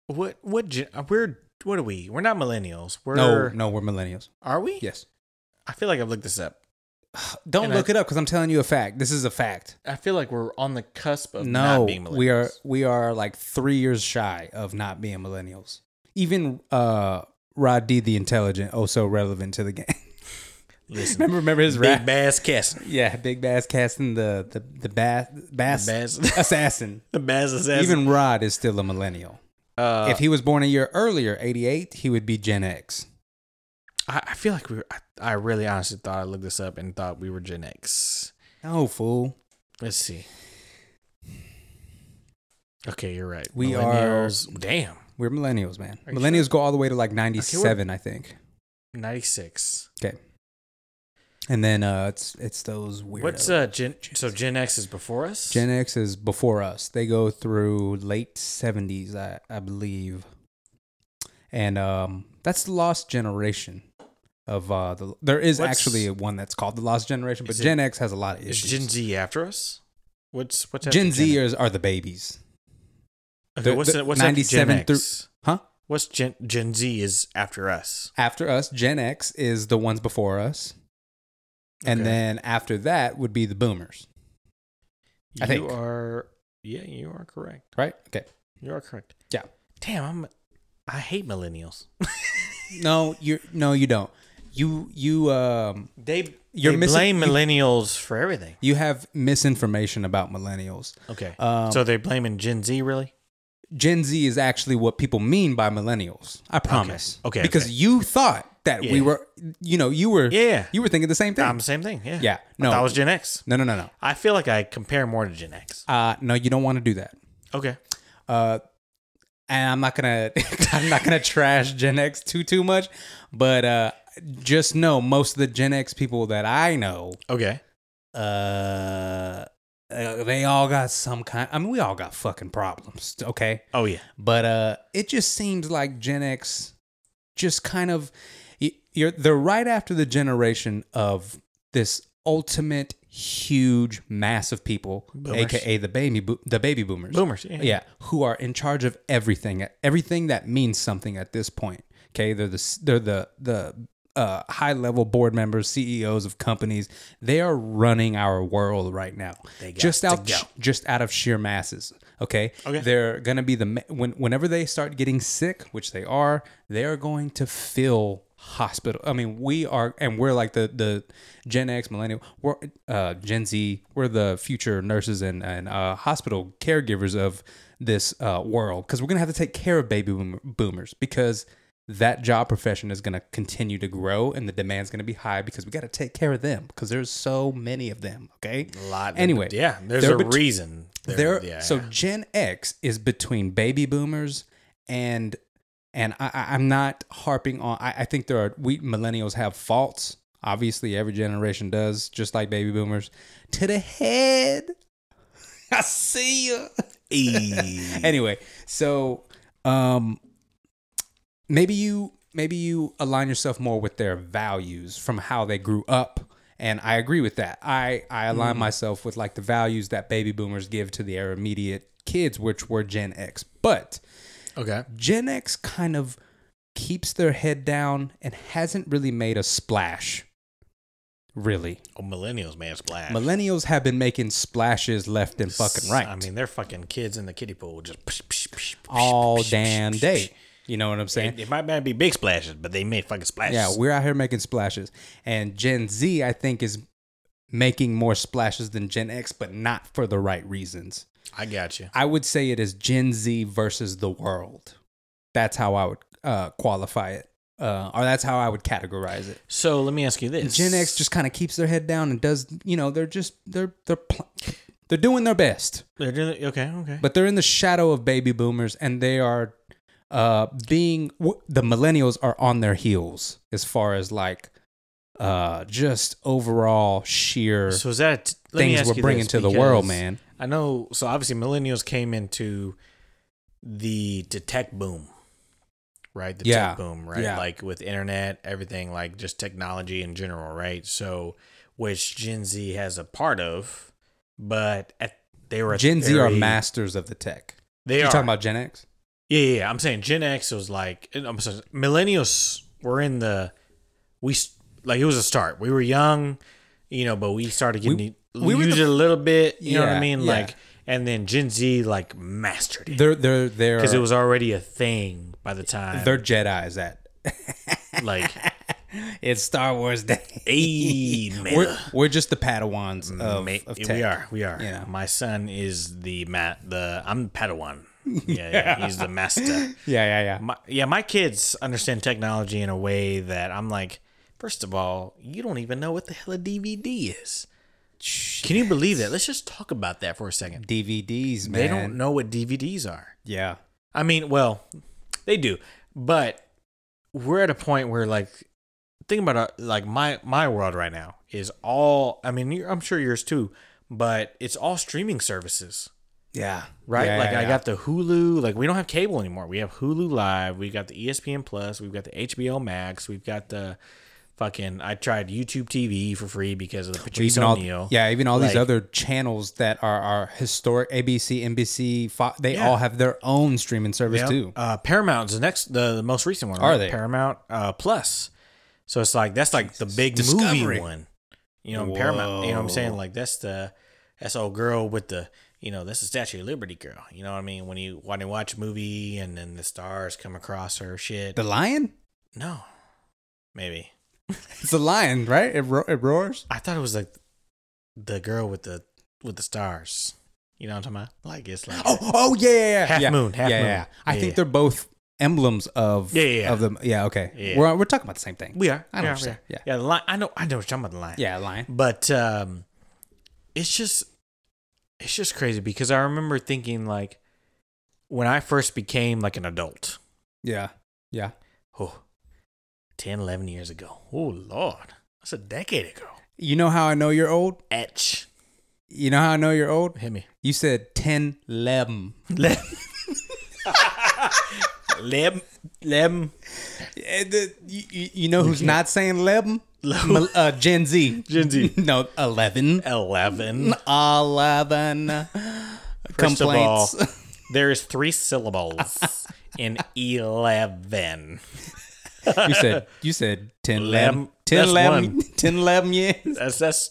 what? What? gen- uh, We're what are we? We're not millennials. We're No, no, we're millennials. Are we? Yes. I feel like I've looked this up. Don't And I- look it up because I'm telling you a fact. This is a fact. I feel like we're on the cusp of No, not being millennials. we are we are like three years shy of not being millennials. Even uh, Rod D, the intelligent, oh so relevant to the game. Listen, remember, remember his big rap. bass casting. Yeah, Big Bass casting the the the bass bass, Bass. assassin. The bass assassin. Even Rod is still a millennial. uh, if he was born a year earlier, 88, he would be Gen X. I, I feel like we. Were, I, I really honestly thought I looked this up and thought we were Gen X. No fool. Let's see. Okay, you're right. We are- Millennials- damn We're millennials, man. Are you millennials go all the way to like 97, I think. ninety six. Okay. And then uh it's it's those weird What's uh Gen? So Gen X is before us. Gen X is before us. They go through late 70s, I I believe. And um that's the lost generation of uh the there is What's- actually one that's called the lost generation, but Is it- Gen X has a lot of is issues. Gen Z after us? What's what's after Gen Gen Zers are the babies. Okay, the- what's the- the, what's after Gen 97 through- X? Huh? What's Gen Gen Z is after us? After us, Gen X is the ones before us. And Okay. then after that would be the boomers, I you think. are yeah, you are correct. right? Okay. You are correct. Yeah. Damn, I'm I hate millennials. No, you no, you don't. You you um They You're they missing- blame you- millennials for everything. you have misinformation about millennials. Okay, Um, so they're blaming Gen Z really? Gen Z is actually what people mean by millennials. I promise. Okay, Because okay. you thought that we Yeah. were, you know, you were, Yeah. you were thinking the same thing. I'm same thing. Yeah. Yeah, I no. thought it was Gen X. no, no, no, no. I feel like I compare more to Gen X. Uh, no, you don't want to do that. Okay. Uh, and I'm not gonna I'm not gonna trash Gen X too too much, but uh, just know most of the Gen X people that I know, Okay. uh, uh, they all got some kind. I mean, we all got fucking problems, okay? Oh yeah. But uh, it just seems like Gen X just kind of y- you're they're right after the generation of this ultimate huge mass of people, Boomers. aka the baby bo- the baby boomers Boomers. Yeah. yeah, who are in charge of everything, everything that means something at this point. Okay, they're the they're the the uh, high level board members, CEOs of companies. They are running our world right now. They got just to out, go. just out of sheer masses. Okay, Okay. they're gonna be the ma- when whenever they start getting sick, which they are, they are going to fill hospital. I mean, we are, and we're like the the Gen X, millennial, we're uh, Gen Z. We're the future nurses and and uh, hospital caregivers of this uh, world because we're gonna have to take care of baby boom- boomers because that job profession is gonna continue to grow and the demand's gonna be high because we got to take care of them because there's so many of them. Okay, A lot. of- Anyway, Yeah. There's they're a bet- reason. there yeah. so gen x is between baby boomers and and I, I- i'm not harping on I, I think there are we millennials have faults obviously every generation does just like baby boomers to the head i see you E. anyway so um maybe you maybe you align yourself more with their values from how they grew up and i agree with that i i align Mm. myself with like the values that baby boomers give to their immediate kids which were gen x but okay. gen x kind of keeps their head down and hasn't really made a splash really Oh, millennials, man, splash. millennials have been making splashes left and fucking right I mean, they're fucking kids in the kiddie pool, just psh, psh, psh, psh, all psh, psh, damn psh, day you know what i'm saying psh. It might not be big splashes, but they made fucking splashes. Yeah, we're out here making splashes. And Gen Z, I think, is making more splashes than Gen X, but not for the right reasons. I got you. I would say it is Gen Z versus the world. That's how I would uh, qualify it, uh, or that's how I would categorize it. So let me ask you this: Gen X just kind of keeps their head down and does, you know, they're just they're they're pl- they're doing their best, they're doing okay, okay, but they're in the shadow of baby boomers, and they are uh being w- the millennials are on their heels as far as like uh just overall sheer so is that let me things ask we're you bringing this, to the world because man I know. So obviously, millennials came into the the tech boom, right? The Yeah. tech boom, right? Yeah. Like with internet, everything, like just technology in general, right? So, which Gen Z has a part of, but at, they were gen z are very- masters of the tech They you are talking about gen x Yeah, yeah, yeah. I'm saying Gen X was like, and I'm sorry, millennials were in the, we, s- like, it was a start. We were young, you know, but we started We- getting we were used the- it a little bit, you know what Yeah, I mean? yeah. Like, and then Gen Z, like, mastered it. they're they're they're Because it was already a thing by the time, they're jedis that like, it's star wars day hey, man. we're, we're just the padawans of, Mm, Ma- of tech we are, we are. Yeah. My son is the, ma- the, I'm Padawan. Yeah, yeah, he's the master. yeah yeah yeah my yeah, my kids understand technology in a way that I'm like, first of all, you don't even know what the hell a DVD is. Can you believe that? Let's just talk about that for a second. dvds man They don't know what DVDs are. yeah I mean, well, they do, but we're at a point where like think about uh, like my my world right now is all I mean, you're, I'm sure yours too, but it's all streaming services yeah right? Yeah, like yeah, I yeah. got the Hulu. Like we don't have cable anymore. We have Hulu Live. We've got the E ESPN Plus. We've got the HBO Max. We've got the fucking. I tried YouTube TV for free because of the But Patrice even all, O'Neal. yeah, even all Like- these other channels that are are historic ABC, NBC, Fo- they Yeah. all have their own streaming service Yeah. too. Uh, Paramount's the next, the, the most recent one. Are right? they? Paramount uh, Plus? So it's like that's like the big Discovery. movie one. You know, and Paramount. You know what I'm saying? Like that's the that's the old girl with the you know that's the Statue of Liberty girl. You know what I mean? When you when you watch a movie and then the stars come across her shit. The lion, no, maybe it's a lion, right? It, ro- it roars. I thought it was like the girl with the with the stars. You know what I'm talking about? Like it's like Oh, oh yeah, yeah, yeah. Half yeah. moon, half yeah, moon. yeah. I Yeah, think yeah. they're both emblems of Yeah, yeah, yeah. of them. Yeah, okay. Yeah. We're we're talking about the same thing. we are. I we know are, what we you're are. saying. Yeah, the lion. I know. I know. what You're talking about the lion. yeah, lion. But um, it's just it's just crazy because I remember thinking like, when I first became like an adult, Yeah. Yeah. oh, 10, 11 years ago. Oh, Lord. That's a decade ago. You know how I know you're old? Etch. You know how I know you're old? Hit me. You said 10 lem. Lem. Lem. Lem. Eh, the- You, you- you know who's not saying lem? Mil- Uh, Gen Z. Gen Z. no, 11. 11. 11 First of all, complaints. there is three syllables in 11. you said you said 10 lem. Lem. 10 That's lem. one. 10 lem, yeah. That's, that's,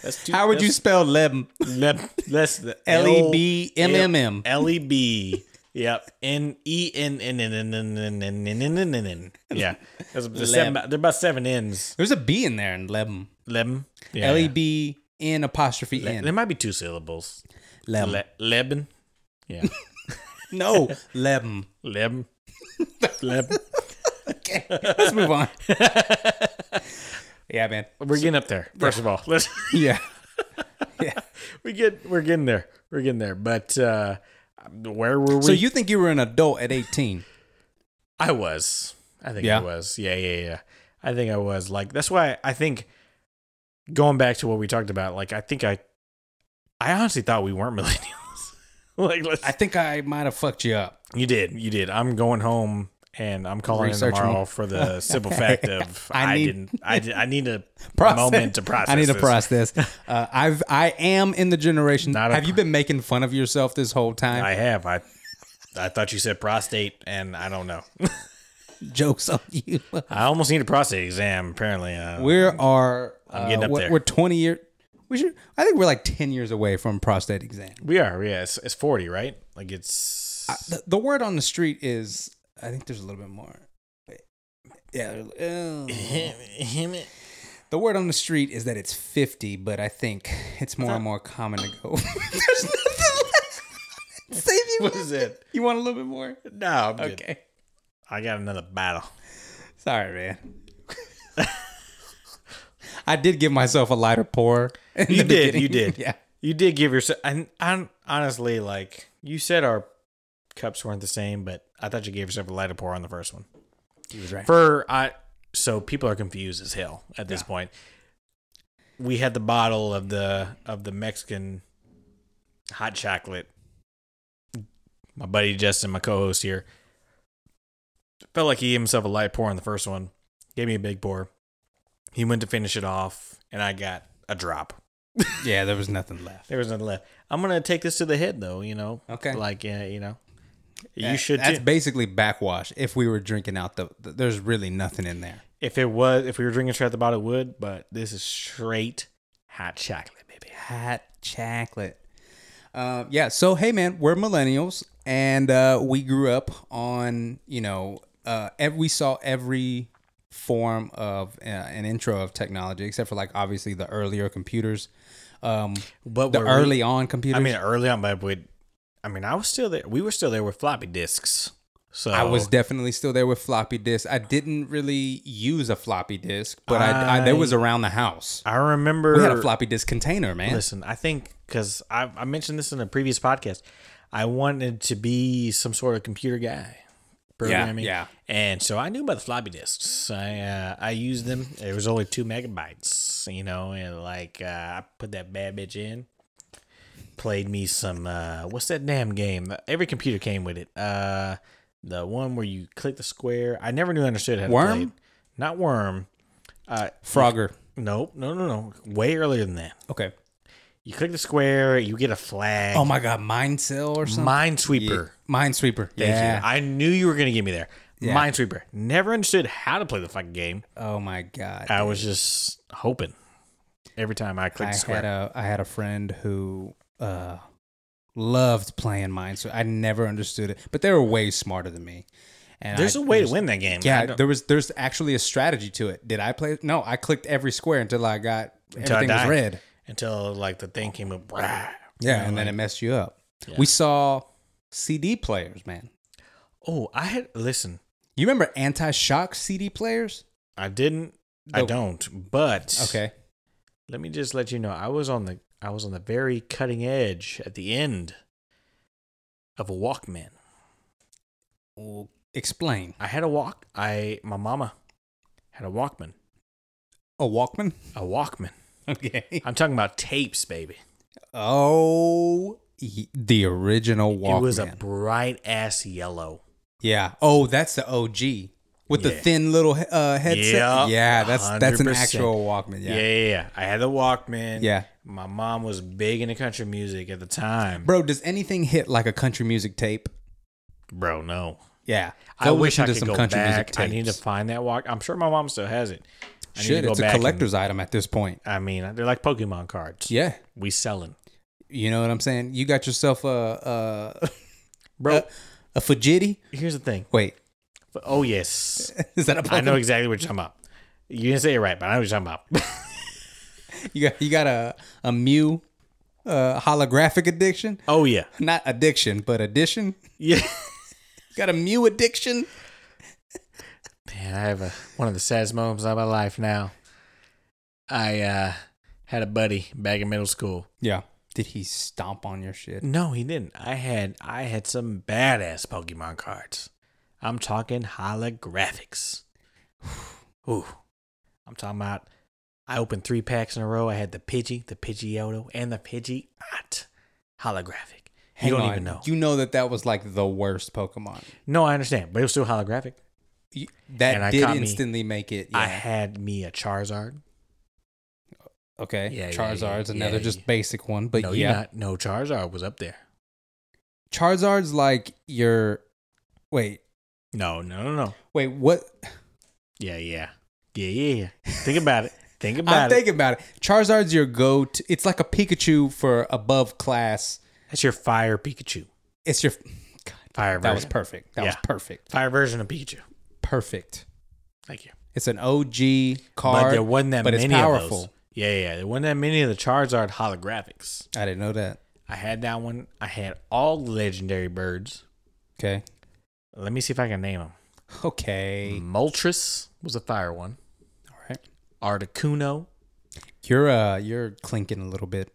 that's two. How would you that's- spell lem? Lem. That's the L E B M M M. L E B. Yep. N E N N N N N N N N N N N N. Yeah. That's the seven, Lem. they're about seven N's. There's a B in there in lem. Lem. Yeah. L E B N apostrophe There N. might be two syllables. Lem. Le- Leben. Yeah. No, lem. Lem. Lem. Okay, let's move on. yeah, man. We're getting up there. First of all, let's. Yeah. we get we're getting there we're getting there but uh where were we So you think you were an adult at 18? i was i think Yeah. i was yeah yeah yeah i think i was like that's why i think going back to what we talked about like i think i i honestly thought we weren't millennials like let's, I think I might have fucked you up. you did you did i'm going home and i'm calling in Research tomorrow more. for the simple fact of I i, need- didn't I, did, I need a Process. moment to process I need to this. process. Uh, I've I am in the generation. Not a have you been making fun of yourself this whole time? i have i i thought you said prostate and i don't know Jokes on you. I almost need a prostate exam. Apparently, uh, we are. Uh, getting up we're, there. we're 20 years. We should. I think we're like 10 years away from prostate exam. we are. Yeah, it's, it's forty, right? Like it's The, the word on the street is. I think there's a little bit more. Yeah. uh, The word on the street is that it's 50, but I think it's more and more common to go. There's nothing left. Save you. What is it? You want a little bit more? No, I'm good. Okay. I got another battle. Sorry, man. I did give myself a lighter pour. in You the did. You beginning. did. Yeah. You did give yourself. And I'm honestly like you said, our cups weren't the same, but I thought you gave yourself a lighter pour on the first one. He was right. For I, so people are confused as hell at this point. We had the bottle of the of the Mexican hot chocolate. My buddy Justin, my co-host here, felt like he gave himself a light pour on the first one. Gave me a big pour. He went to finish it off, and I got a drop. Yeah, there was nothing left. There was nothing left. I'm gonna take this to the head, though. You know, Okay. like yeah, you know, Yeah, you should. That's too. basically backwash. If we were drinking out the, th- there's really nothing in there. If it was, if we were drinking straight at the bottle, it would. But this is straight hot chocolate, baby. Hot chocolate. Uh, yeah. So hey, man, we're millennials, and uh, we grew up on you know uh, ev- we saw every form of uh, an intro of technology, except for like obviously the earlier computers, um, But the were we- early on computers. I mean, early on, but we, I mean, I was still there. We were still there with floppy disks. So I was definitely still there with floppy disk. I didn't really use a floppy disk, but I, I, there was around the house. I remember. We had a floppy disk container, man. Listen, I think because I, I mentioned this in a previous podcast, I wanted to be some sort of computer guy, programming. yeah. And so I knew about the floppy disks. I uh, I used them. It was only two megabytes, you know, and like uh, I put that bad bitch in. Played me some uh, what's that damn game? Every computer came with it. Uh, the one where you click the square. I never knew I understood how to Worm? play it. Not worm. Uh, Frogger. nope, no, no, no. Way earlier than that. Okay. You click the square, you get a flag. Oh my God, Mine Cell or something. Minesweeper. Minesweeper. Thank yeah. you. I knew you were going to get me there. Minesweeper. Never understood how to play the fucking game. Oh my god! I was just hoping every time I clicked I the had square. a I had a friend who uh, loved playing mine, so I never understood it. But they were way smarter than me. And There's a a way to win that game. I yeah. don't- There was there's actually a strategy to it. Did I play? No, I clicked every square until I got Until I everything was died. red. until like the thing came up. Brah. Yeah, and then it messed you up. We saw CD players, man. Oh, I had listen. You remember anti-shock CD players? I didn't. I The- don't. But Okay. let me just let you know. I was on the I was on the very cutting edge at the end of a Walkman. Well, explain. I had a walk. I my mama had a Walkman. A Walkman? A Walkman. Okay. I'm talking about tapes, baby. Oh, y- the original Walkman. It was a bright ass yellow. yeah. Oh, that's the OG with the Yeah. thin little he- uh, headset. Yeah, yeah, that's that's an 100%. actual Walkman. Yeah. Yeah. yeah, yeah, I had the Walkman. Yeah. My mom was big into country music at the time. Bro, does anything hit like a country music tape? Bro, no. Yeah. I Go wish I listen to could some go country music back. I need to tapes. find that walk. I'm sure my mom still has it. I need Shit, to go it's a back and- collector's item at this point. I mean, they're like Pokemon cards. Yeah. We selling. You know what I'm saying? You got yourself a a, Bro, Uh, a Fujiti. here's the thing. Wait, F- Oh, yes. is that a I know Pokemon? exactly what you're talking about. You didn't say it right, but I know what you're talking about. You got you got a a Mew uh, holographic addiction? Oh, yeah. Not addiction, but addition. Yeah. You got a Mew addiction? Man, I have a, one of the saddest moments of my life now. I uh, had a buddy back in middle school. Yeah. Did he stomp on your shit? No, he didn't. I had I had some badass Pokemon cards. I'm talking holographics. Ooh, I'm talking about. I opened three packs in a row. I had the Pidgey, the Pidgeotto, and the Pidgeot holographic. Hang you don't on. even know. You know that that was like the worst Pokemon. no, I understand, but it was still holographic. You- And That I did caught me- instantly make it. Yeah. I had me a Charizard. okay. Yeah, yeah, yeah, Charizard's yeah, another yeah. just basic one, but no, yeah. you're not. No, Charizard was up there. Charizard's like your. Wait, No, no, no, no. wait, what? Yeah, yeah, yeah, yeah. yeah. Think about it. Think I'm about it. thinking about it. Charizard's your go to. It's like a Pikachu for above class. That's your fire Pikachu. It's your. God, Fire version. that was perfect. That was Yeah. perfect. Fire version of Pikachu. Perfect. Thank you. It's an OG card. but there wasn't that but it's many powerful. of those. Yeah, yeah, yeah. There wasn't that many of the Charizard holographics. I didn't know that. I had that one. I had all the legendary birds. Okay. Let me see if I can name them. Okay. Moltres was a fire one. All right. Articuno. You're uh, you're clinking a little bit.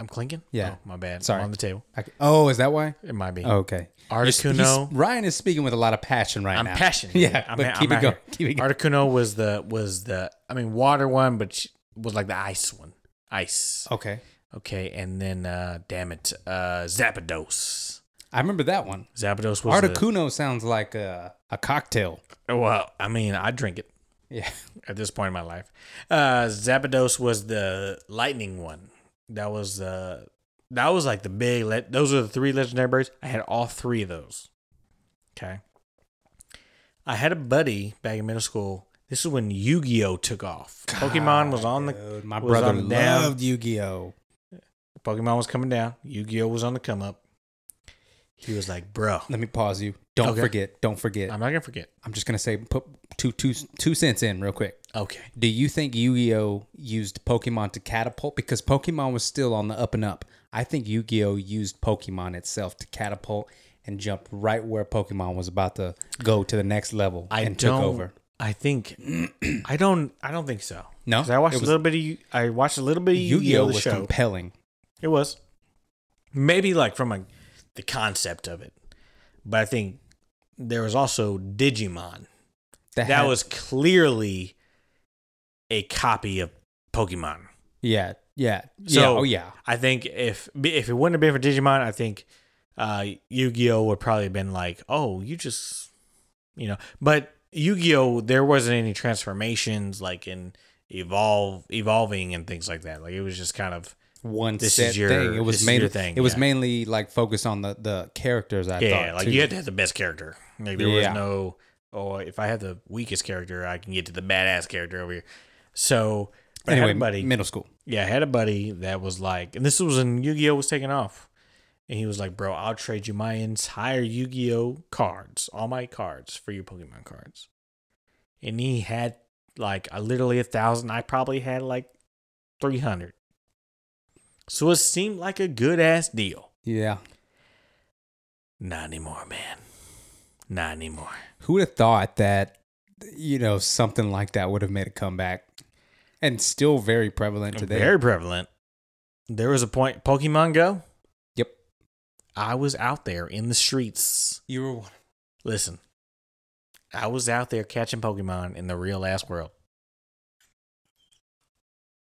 I'm clinking. Yeah. Oh, my bad. Sorry. I'm on the table. I c oh, is that why? Oh, It might be. Okay. You're s- he's- Articuno. Ryan is speaking with a lot of passion right I'm now. passionate. Yeah. I'm, but I'm keep it out going. here. Keep it going. Articuno was the was the I mean water one, but she was like the ice one. Ice. Okay. Okay, and then uh damn it, uh Zapdos. I remember that one. Zapdos was the- Articuno sounds like a, a cocktail. well, I mean, I drink it Yeah. at this point in my life. Uh Zapdos was the lightning one. That was uh that was like the big le- those are the three legendary birds. I had all three of those. Okay. I had a buddy back in middle school. This is when Yu-Gi-Oh took off. Pokemon was on the Dude, my was brother on the down. loved Yu Gi Oh. Pokemon was coming down. Yu Gi Oh was on the come up. He was like, bro, Let me pause you. Don't Okay. forget. Don't forget. I'm I'm, not going to forget. just gonna say put two two two cents in real quick. Okay. Do you think Yu Gi Oh used Pokemon to catapult? Because Pokemon was still on the up and up. I think Yu Gi Oh used Pokemon itself to catapult and jump right where Pokemon was about to go to the next level I and don't, took over. I think, I don't, I don't think so. No? 'Cause I watched It was- a little bit of, Yu- I watched a little bit of Yu Gi Oh the was show. compelling. it was. Maybe like from a, the concept of it. But I think there was also Digimon. That had- was clearly a copy of Pokemon. yeah yeah So- yeah oh yeah I think if if it wouldn't have been for Digimon, I think uh, Yu-Gi-Oh would probably have been like, oh, you just, you know. But Yu-Gi-Oh, there wasn't any transformations like in evolve, evolving and things like that. Like it was just kind of one This set is your- thing. It this was is mainly your thing, it was yeah. mainly like focused on the the characters. I yeah, thought like too. you had to have the best character. Like there Yeah. was no, oh, if I have the weakest character, I can get to the badass character over here. So, but anyway, everybody, middle school. Yeah, I had a buddy that was like, and this was when Yu Gi Oh was taking off. And he was like, bro, I'll trade you my entire Yu Gi Oh cards, all my cards for your Pokemon cards. And he had like a, literally a thousand. I probably had like 300. So it seemed like a good ass deal. Yeah, Not anymore, man. Not anymore. who would have thought that you know something like that would have made a comeback, and still very prevalent today. Very prevalent. There was a point, Pokemon Go. Yep. I was out there in the streets. you were one. Listen, I was out there catching Pokemon in the real ass world.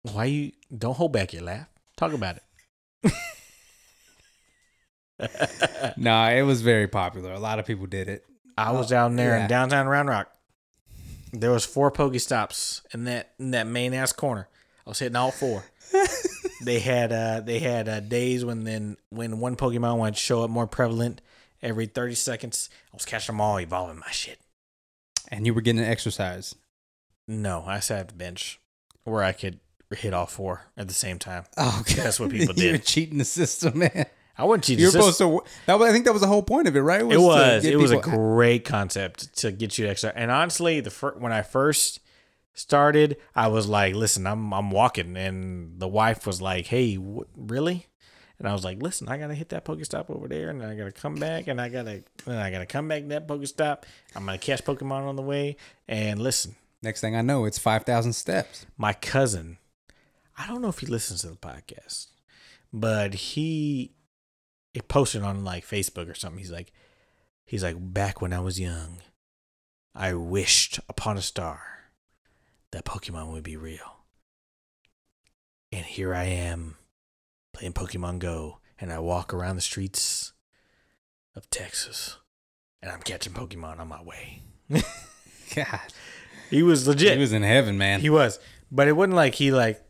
Why you don't hold back your laugh? Talk about it. Nah, it was very popular. A lot of people did it. I was down there yeah. in downtown Round Rock. There was four Pokestops in that in that main ass corner. I was hitting all four. they had uh they had uh, days when then when one Pokemon would show up more prevalent every thirty seconds. I was catching them all, evolving my shit. And you were getting exercise. No, I sat at the bench where I could hit all four at the same time. Oh, okay. That's what people You're did. cheating the system, man. I wouldn't cheat. You're It's just- supposed to. That was, I think that was the whole point of it, right? it to was get it was a people- great concept to get you to exercise. And honestly, the fir- when I first started, I was like, "Listen, I'm I'm walking," and the wife was like, "Hey, wh- really?" And I was like, "Listen, I gotta hit that Pokestop over there, and I gotta come back, and I gotta and I gotta come back to that Pokestop. I'm gonna catch Pokemon on the way, and listen." Next thing I know, it's five thousand steps. my cousin i don't know if he listens to the podcast but he it posted on like facebook or something he's like he's like back when i was young i wished upon a star that pokemon would be real and here i am playing pokemon go and i walk around the streets of texas and i'm catching pokemon on my way God, he was legit he was in heaven, man. he He was, but it wasn't like he like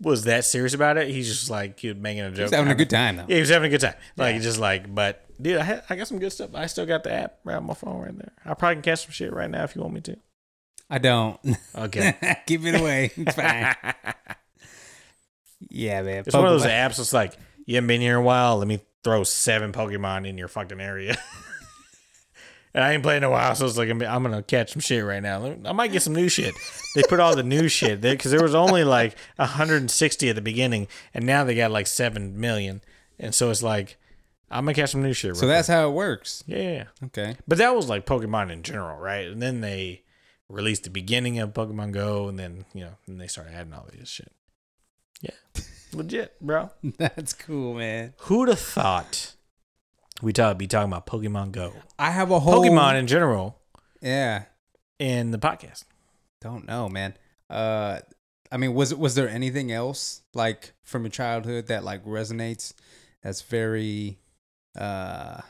was that serious about it. He's just like he was making a joke. was having a good time though. Yeah, he was having a good time. Like Yeah. just like, but dude, I had, I got some good stuff. I still got the app right on my phone right there. I probably can catch some shit right now if you want me to. I don't. Okay, Give it away. It's fine. it's yeah, man. one of those Pokemon- apps. that's like you haven't been here in a while. Let me throw seven Pokemon in your fucking area. And I ain't playing in a while, so it's like I'm I'm gonna catch some shit right now. Let me- I might get some new shit. They put all the new shit there because there was only like 160 at the beginning, and now they got like seven million. And so it's like I'm gonna catch some new shit. So real that's how it works. quick. yeah, Okay. but that was like Pokemon in general, right? And then they released the beginning of Pokemon Go, and then you know, and they started adding all this shit. Yeah, legit, bro. That's cool, man. Who'd have thought we'd ta- be talking about Pokemon Go, I have a whole Pokemon in general, Yeah. in the podcast? Don't know, man. Uh I mean, was was there anything else like from your childhood that like resonates that's very uh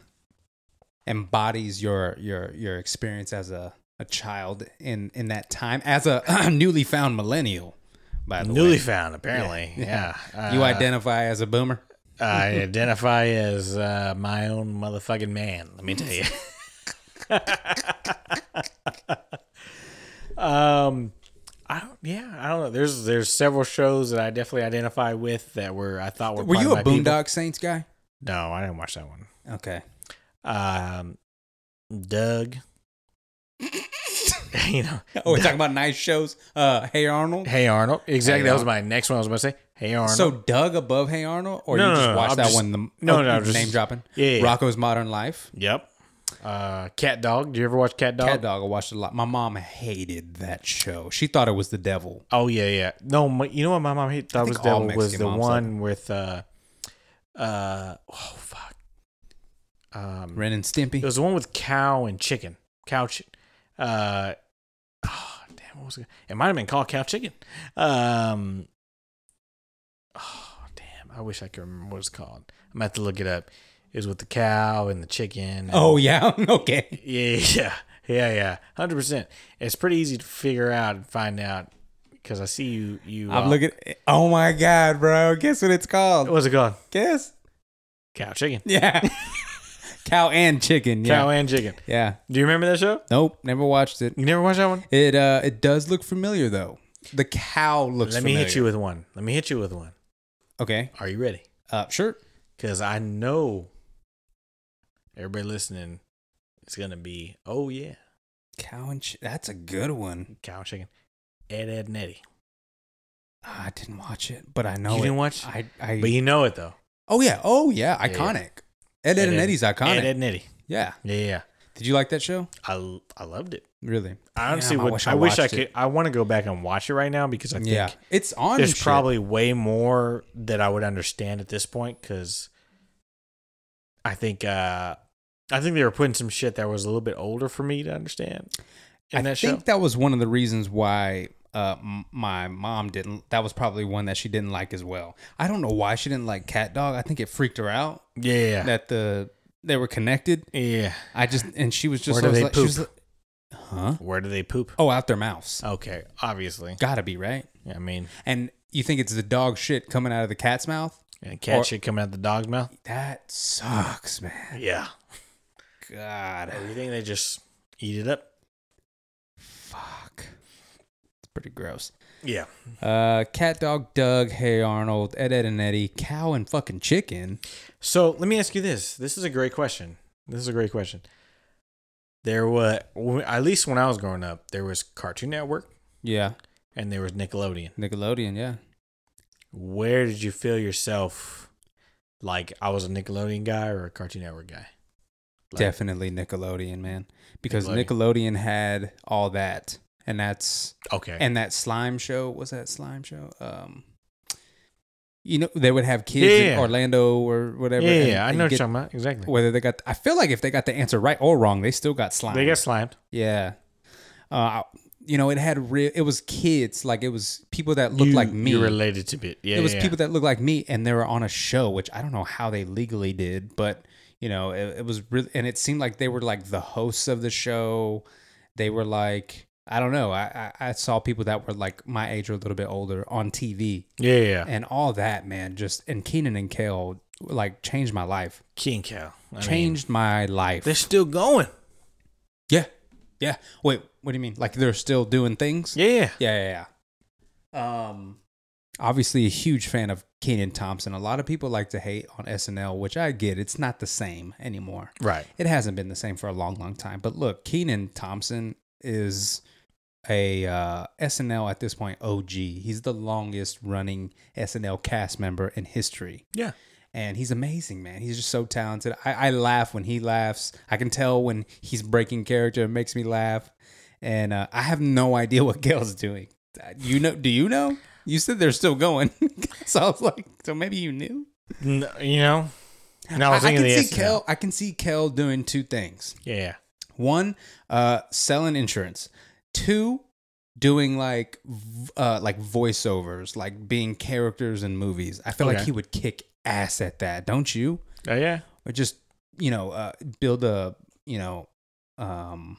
embodies your your your experience as a a child in in that time as a newly found millennial by the Newly way. found, apparently. Yeah. you Uh, identify as a boomer? I identify as uh, my own motherfucking man. Let me tell you. um, I don't. Yeah, I don't know. There's there's several shows that I definitely identify with that were I thought were. Were part you of my a people. Boondock Saints guy? No, I didn't watch that one. Okay. Um, Doug. you know. Oh, we're talking about nice shows. Uh Hey Arnold. Hey Arnold. Exactly. Hey that was Arnold. my next one. I was about to say. Hey Arnold. So Doug above Hey Arnold, or No, you no, just no, watched I'm that just- one? The, no, oh, no, you just- name dropping. Yeah, yeah. Rocco's Modern Life. Yep. Uh, Cat Dog. Do you ever watch Cat Dog? Cat Dog. I watched it a lot. My mom hated that show. She thought it was the devil. Oh yeah, yeah. No, my, you know what my mom hate thought was think all devil was Mexican the moms like one with uh, uh, oh fuck, um, Ren and Stimpy. it was the one with cow and chicken, cow chicken. Uh, oh, damn, what was it? It might have been called cow chicken. Um, oh damn, I wish I could remember what it's called. I'm gonna have to look it up. It was with the cow and the chicken. and- oh yeah. okay. yeah, yeah, yeah, yeah, hundred percent. It's pretty easy to figure out and find out because I see you. You, uh, I'm looking. Oh my god, bro. Guess what it's called? What's it called? Guess. Cow chicken. Yeah. Cow and chicken. Yeah. Cow and chicken. yeah. Do you remember that show? Nope. Never watched it. You never watched that one? It uh. It does look familiar though. The cow looks. Let me hit you with one. Let me hit you with one. Okay. Are you ready? Uh. Sure. Because I know everybody listening is gonna be, oh yeah, Cow and. Ch- that's a good one. cow and chicken. Ed, Ed, and Eddie. Ah, I didn't watch it, but I know you it. didn't watch, I, I but you know it though. oh yeah, oh yeah, Yeah, yeah. iconic. Ed, Ed, and Eddie's iconic. Ed, Ed, and Eddie. Yeah. Yeah, yeah, yeah. Did you like that show? I I loved it. Really? I honestly Damn, would. I wish I, watched could. it. I want to go back and watch it right now because I think Yeah, it's on. there's and shit. probably way more that I would understand at this point because I think uh, I think they were putting some shit that was a little bit older for me to understand. In I that think show, that was one of the reasons why uh, m- my mom didn't. That was probably one that she didn't like as well. I don't know why she didn't like Cat Dog. I think it freaked her out yeah, that the they were connected. yeah. I just and she was Where just do I was they like, she was poop? like, huh? Where do they poop? Oh, out their mouths. Okay, obviously. Gotta be right. I mean, And you think it's the dog shit coming out of the cat's mouth? and cat Or- shit coming out the dog's mouth. That sucks, man. Yeah. God, Or you think they just eat it up? fuck. It's pretty gross. Yeah. Uh, cat, dog, Doug, Hey Arnold, Ed, Ed, and Eddie, cow and fucking chicken. So let me ask you this. This is a great question. This is a great question. There was, at least when I was growing up, there was Cartoon Network Yeah, and there was Nickelodeon. Nickelodeon. Yeah. Where did you feel yourself like I was a Nickelodeon guy or a Cartoon Network guy? Like, Definitely Nickelodeon, man. Because Nickelodeon. Nickelodeon had all that. And that's Okay. and that slime show, was that slime show? Um you know, they would have kids in Yeah. Orlando or whatever. yeah, and- yeah, I and know what get- you're talking about. Exactly. whether they got I feel like if they got the answer right or wrong, they still got slime. They got slimed. yeah. Uh you know, it had real it was kids, like it was people that looked You- like me. You related to it. Yeah. it was yeah, yeah. people that looked like me and they were on a show which i don't know how they legally did but you know it, it was really and it seemed like they were like the hosts of the show they were like i don't know i i, I saw people that were like my age or a little bit older on tv Yeah, yeah. yeah. and all that man just and keenan and kale like changed my life King Cow. I mean, changed my life they're still going. yeah yeah wait what do you mean like they're still doing things Yeah. yeah, yeah, yeah. Um, obviously a huge fan of Kenan Thompson. A lot of people like to hate on SNL, which I get. It's not the same anymore. Right. It hasn't been the same for a long, long time. But look, Kenan Thompson is a uh, SNL at this point OG. He's the longest running SNL cast member in history Yeah. and he's amazing, man. He's just so talented. I, I laugh when he laughs. I can tell when he's breaking character. It makes me laugh, and uh, I have no idea what Gail's doing. Uh, You know? Do you know? You said they're still going, so I was like, so maybe you knew. N- you know? No, I was I, thinking can of the see Kel. I can see Kel doing two things: Yeah. one, uh, selling insurance; two, doing like v- uh, like voiceovers, like being characters in movies. I feel like Okay. he would kick ass at that, don't you? Oh, yeah. or just you know uh, build a you know um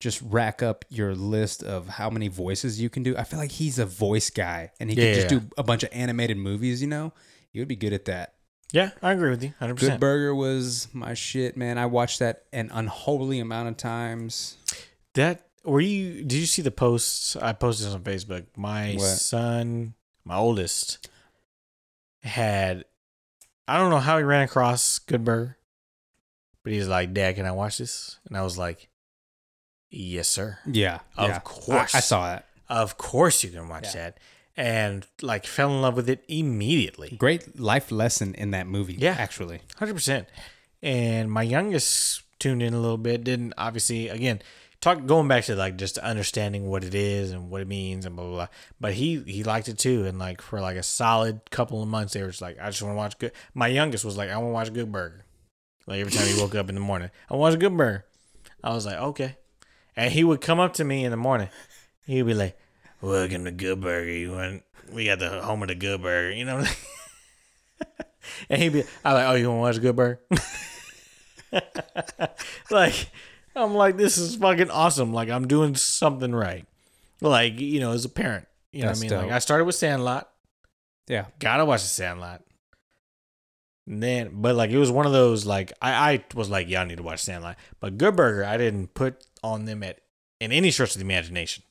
just rack up your list of how many voices you can do i feel like he's a voice guy and he Yeah, could just yeah. do a bunch of animated movies you know you would be good at that Yeah, I agree with you. 100%. good burger was my shit man i watched that an unholy amount of times That were you? Did you see the posts I posted on Facebook? My What? son, my oldest, had I don't know how he ran across Good Burger, but he's like, "Dad, can I watch this?" And I was like, "Yes, sir. yeah Of yeah. I- course. I, saw that Of course you can watch Yeah. that." And like fell in love with it immediately, great life lesson in that movie Yeah. actually hundred percent. And my youngest tuned in a little bit. Didn't obviously again talk going back to like just understanding what it is and what it means and blah blah. blah. But he he liked it too. And like for like a solid couple of months, they were just like, I just want to watch good. My youngest was like, I want to watch Good Burger. Like every time he woke up in the morning, I want to watch Good Burger. I was like, okay. And he would come up to me in the morning. He'd be like, "Welcome to Good Burger. You want? We got the home of the Good Burger. You know." And he'd be, I like, oh, you want to watch Good Burger? like, I'm like, this is fucking awesome. Like, I'm doing something right. Like, you know, as a parent, you know That's what I mean? dope. Like, I started with Sandlot. yeah Gotta watch the Sandlot. And then, but like, it was one of those, like, I, I was like, y'all need to watch Sandlot. But Good Burger, I didn't put on them at in any stretch of the imagination.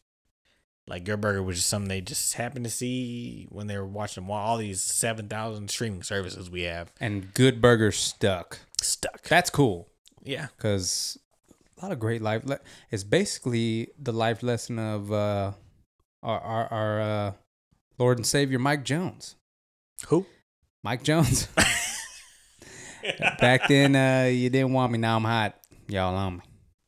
Like, Good Burger was just something they just happened to see when they were watching all these 7,000 streaming services we have and good burger stuck stuck. that's cool Yeah. because a lot of great life. Le- it's basically the life lesson of uh, our our, our uh, Lord and Savior Mike Jones. Who? Mike Jones. Back then, uh, you didn't want me. Now I'm hot. Y'all on me.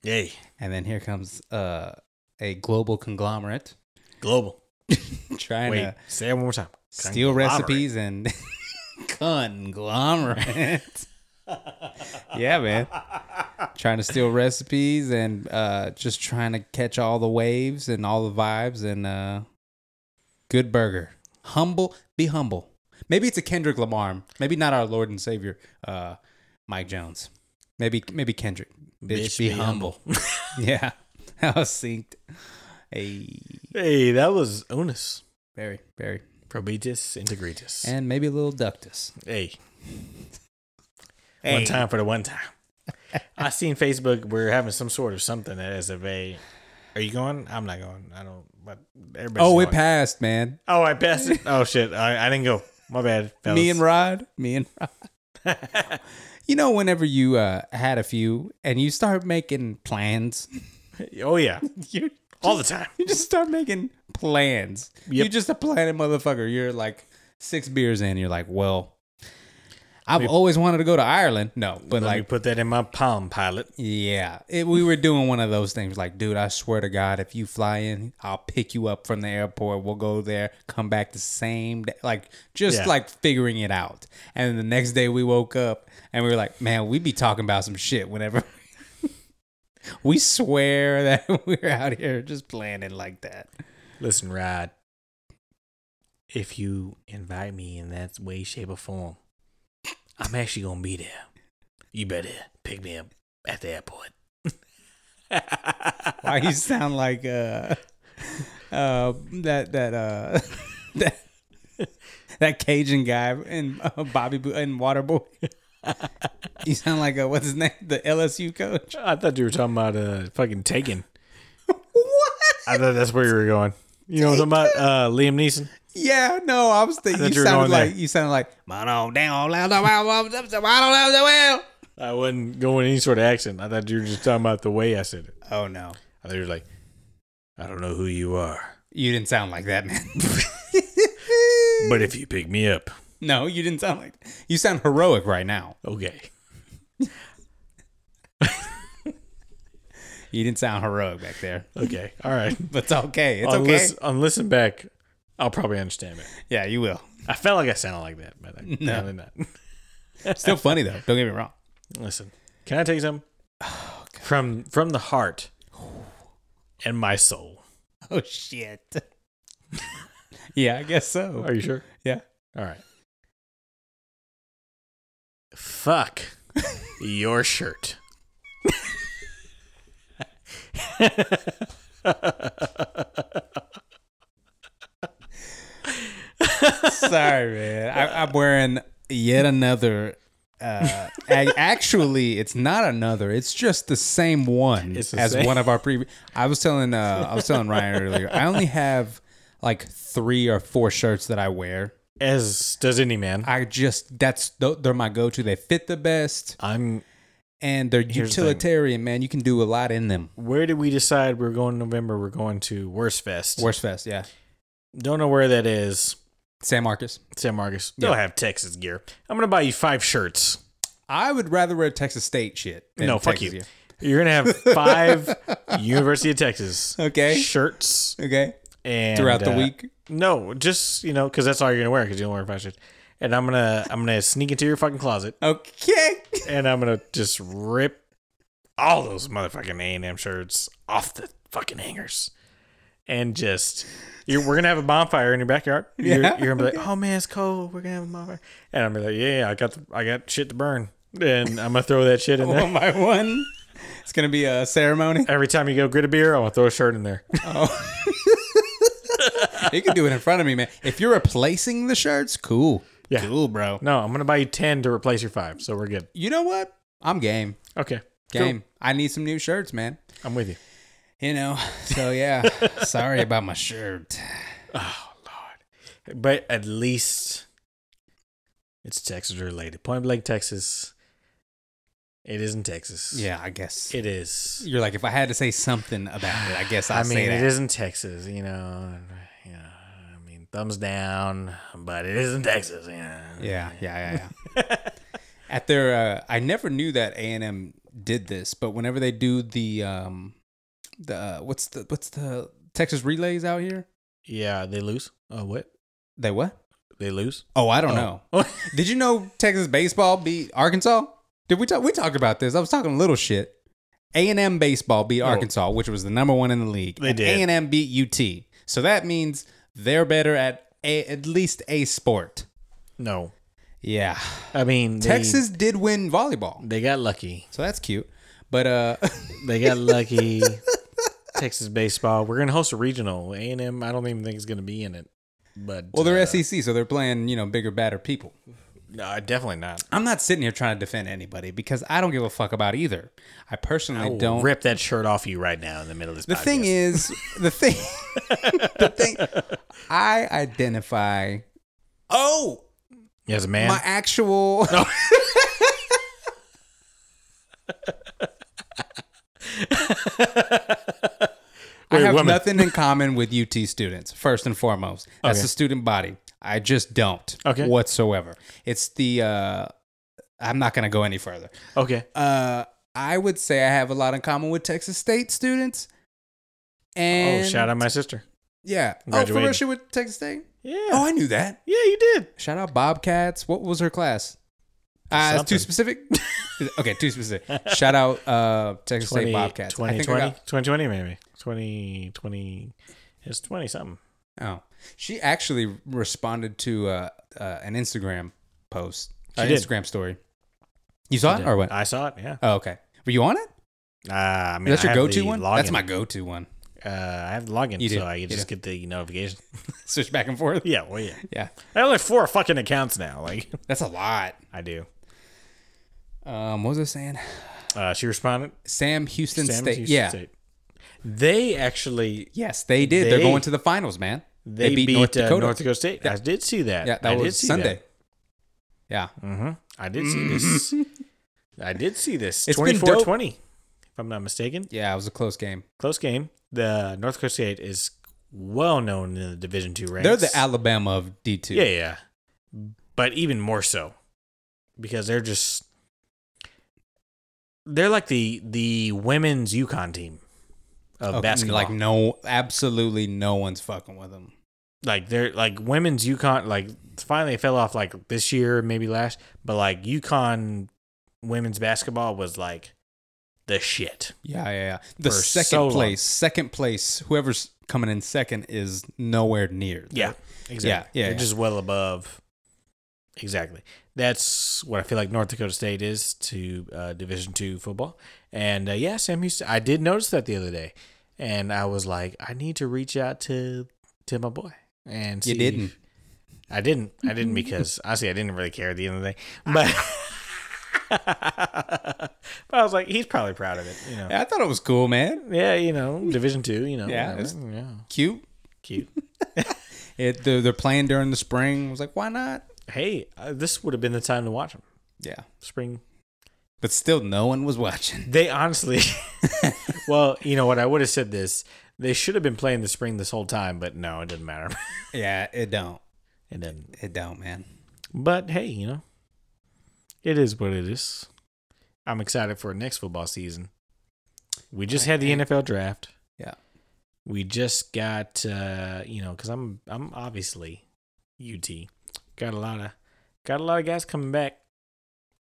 Yay. And then here comes uh, a global conglomerate Global. trying Wait, to say it one more time. steal Conglomerate. recipes and conglomerate. yeah, man. Trying to steal recipes and uh, just trying to catch all the waves and all the vibes and uh, good burger. Humble, be humble. Maybe it's a Kendrick Lamar. Maybe not our Lord and Savior, uh, Mike Jones. Maybe maybe Kendrick. Bitch, be, humble. yeah, I was synced. Hey, Hey, that was Unus. very very, Probetus integritus. and maybe a little ductus. hey. One time for the one time. I seen Facebook we're having some sort of something as of a are you going? I'm not going. I don't but everybody's Oh, going. it passed, man. Oh I passed it. Oh shit. I, I didn't go. My bad. Fellas. Me and Rod. Me and Rod. you know, whenever you uh, had a few and you start making plans, Oh yeah. you All the time. you just start making plans. You're just a planning motherfucker. You're like six beers in. You're like, well, I've always wanted to go to Ireland. No, but Let me like, put that in my palm pilot. yeah, it, we were doing one of those things. Like, dude, I swear to God, if you fly in, I'll pick you up from the airport. We'll go there, come back the same day. Like, just Yeah. like figuring it out. And the next day we woke up and we were like, man, we be talking about some shit whenever. we swear that we're out here just planning like that. Listen, Rod. If you invite me in that way, shape, or form, I'm actually gonna be there. You better pick me up at the airport. Why you sound like uh, uh, that that uh, that that Cajun guy and uh, Bobby Bo- and Waterboy? You sound like uh what's his name, the LSU coach. I thought you were talking about uh fucking Taken. What? I thought that's where you were going. You know what I'm talking about? Uh, Liam Neeson. Yeah, no, I was thought thinking you you were sounded going there. like you sounded like Mono down loud the wild, wild, wild, wild, wild, wild." I wasn't going any sort of accent. I thought you were just talking about the way I said it. Oh no, I thought you were like, I don't know who you are, you didn't sound like that, man. but if you pick me up, no, you didn't sound like. You sound heroic right now. okay. You didn't sound heroic back there. Okay. All right. But it's okay. It's on, okay. Oh, listen, on listen back, I'll probably understand it. Yeah, you will. I felt like I sounded like that, but I apparently not. Still funny though. Don't get me wrong. Listen, can I take some Oh, from from the heart and my soul? Oh shit. yeah, I guess so. Are you sure? Yeah. All right. Fuck your shirt. Sorry, man. I, I'm wearing yet another. Uh, a- actually, it's not another. It's just the same one It's the as same. one of our previous. I was telling, uh, I was telling Ryan earlier. I only have like three or four shirts that I wear. As does any man. I just that's tho- they're my go-to. They fit the best, I'm. and they're the thing. utilitarian. man, you can do a lot in them. Where did we decide we're going in November? We're going to Worst Fest. Worst fest, yeah. Don't know where that is. San Marcos. San Marcos. They'll Yeah. have Texas gear. I'm gonna buy you five shirts. I would rather wear Texas State shit. than no, fuck Texas you. You're gonna have five University of Texas Okay. shirts gear. Okay. and Throughout the uh, week. No, just you know, because that's all you're gonna wear because you don't wear five shirts. And I'm gonna I'm gonna sneak into your fucking closet Okay. and I'm gonna just rip all those motherfucking A and M shirts off the fucking hangers. And just, you're, we're gonna have a bonfire in your backyard. You're, Yeah. you're gonna be like, "Oh man, it's cold. We're gonna have a bonfire." And I'm gonna be like, "Yeah, I got, the, I got shit to burn." And I'm gonna throw that shit in there. One by one. It's gonna be a ceremony. Every time you go get a beer, I'm gonna throw a shirt in there. You can do it in front of me, man. If you're replacing the shirts, cool. Yeah. Cool, bro. No, I'm gonna buy you ten to replace your five, so we're good. You know what? I'm game. Okay, cool. Game. I need some new shirts, man. I'm with you. You know. So yeah. Sorry about my shirt. But at least it's Texas related. Point Blank, Texas. It is in Texas. Yeah, I guess. It is. You're like, if I had to say something about it, I guess I'd I mean, say that. it is in Texas, you know. and, You know, I mean, thumbs down, but it is in Texas. Yeah. Yeah, yeah, yeah, yeah. At their, uh, I never knew that A and M did this, but whenever they do the, um, the uh, what's the what's the Texas relays out here? Yeah, they lose. Oh, what? They what? They lose? Oh, I don't know. Oh. Did you know Texas baseball beat Arkansas? Did we talk? We talked about this. I was talking little shit. A and M baseball beat Arkansas, which was the number one in the league. Oh. They did. A and M beat UT, so that means they're better at a, at least a sport. No, Yeah, I mean they- Texas did win volleyball, They got lucky. so that's cute. But uh, They got lucky. Texas baseball. We're gonna host a regional. A and M. I don't even think it's gonna be in it. But well, they're uh, SEC, so they're playing you know bigger, badder people. no, definitely not. I'm not sitting here trying to defend anybody because I don't give a fuck about either. I personally I will don't. Oh, rip that shirt off you right now in the middle of this. The thing is, the thing, the thing, I identify. Oh, as a man, my actual. I Wait, have woman. nothing in common with UT students, first and foremost. That's the student body. I just don't Okay. whatsoever. It's the, uh, I'm not going to go any further. okay. Uh, I would say I have a lot in common with Texas State students. And oh, shout out my sister. Yeah. Oh, for Graduated. real, she went to Texas State? Yeah. Oh, I knew that. yeah, you did. Shout out Bobcats. What was her class? Uh, it's too Something. specific. okay, too specific. Shout out uh, Texas State Bobcats. I think I 2020, 2020 maybe. 2020 it's 20 something. got- oh, she actually responded to uh, uh, an Instagram post, an did. Instagram story. You saw it or what? I saw it, yeah. oh, okay. Were you on it? Uh, I mean, That's I your have go-to the one. Login. That's my go-to one. Uh, I have the login, You do. so I You just get the notification. Switch back and forth. yeah, well, yeah. Yeah, I only have four fucking accounts now. Like, that's a lot. I do. Um, what was I saying? Uh, she responded. Sam Houston Sam State. Houston yeah. State. They actually Yes, they did. They, are They- going to the finals, man. they, beat, North, Dakota. Uh, North Dakota State. I did see that. Yeah, that I did was see Sunday. Yeah. hmm I did see this. I did see this. It's been 24 dope. 20, if I'm not mistaken. Yeah, it was a close game. Close game. The North Dakota State is well known in the Division Two ranks. They're the Alabama of D2. Yeah, yeah. But even more so because they're just they're like the the women's Yukon team of Okay, basketball. Like Like, no, absolutely no one's fucking with them. they're like women's Yukon like finally it fell off like this year, maybe last, but like Yukon women's basketball was like the shit. Yeah, yeah, yeah. The For second so long. place, second place, whoever's coming in second is nowhere near. Yeah, exactly. yeah, they're yeah. just well above. Exactly. That's what I feel like North Dakota State is to uh, Division two football. And uh, yeah, Sam Houston. I did notice that the other day, and I was like, I need to reach out to to my boy. And You see didn't. if- I didn't. I didn't because honestly, I didn't really care at the end of the day. But. but I was like, he's probably proud of it, you know. Yeah, I thought it was cool, man. Yeah, you know, Division Two, you know. Yeah, whatever, it's- yeah, Cute. cute. It, they're, they're playing during the spring. I was like, why not? hey, uh, this would have been the time to watch them. Yeah. Spring. But still, no one was watching. They honestly, well, you know what? I would have said this. They should have been playing the spring this whole time, but no, it didn't matter. Yeah, it don't. it didn't. It don't, man. But hey, you know, it is what it is. I'm excited for next football season. We just had the NFL draft. Yeah. We just got, uh, you know, because I'm I'm obviously UT. Got a lot of got a lot of guys coming back.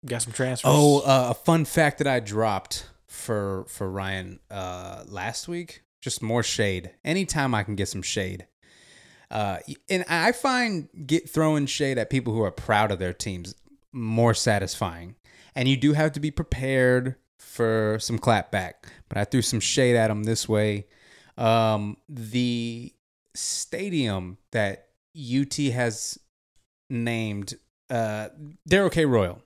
Got some transfers. Oh, uh, a fun fact that I dropped for for Ryan uh, last week. Just more shade. Anytime I can get some shade. Uh, and I find get throwing shade at people who are proud of their teams more satisfying. And you do have to be prepared for some clapback. But I threw some shade at them this way. Um, the stadium that UT has named uh, Daryl K. Royal,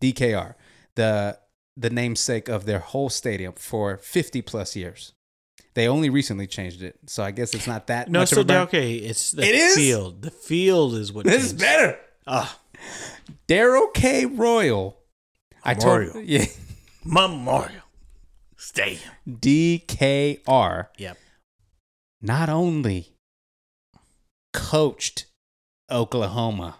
DKR, the the namesake of their whole stadium for 50 plus years. They only recently changed it, so I guess it's not that No, much so of a brand- okay, it's the It is? field. The field is what This is changed. better. Ah, Daryl K. Royal. I told Memorial. yeah, Memorial Stadium. DKR Yep. not only coached Oklahoma,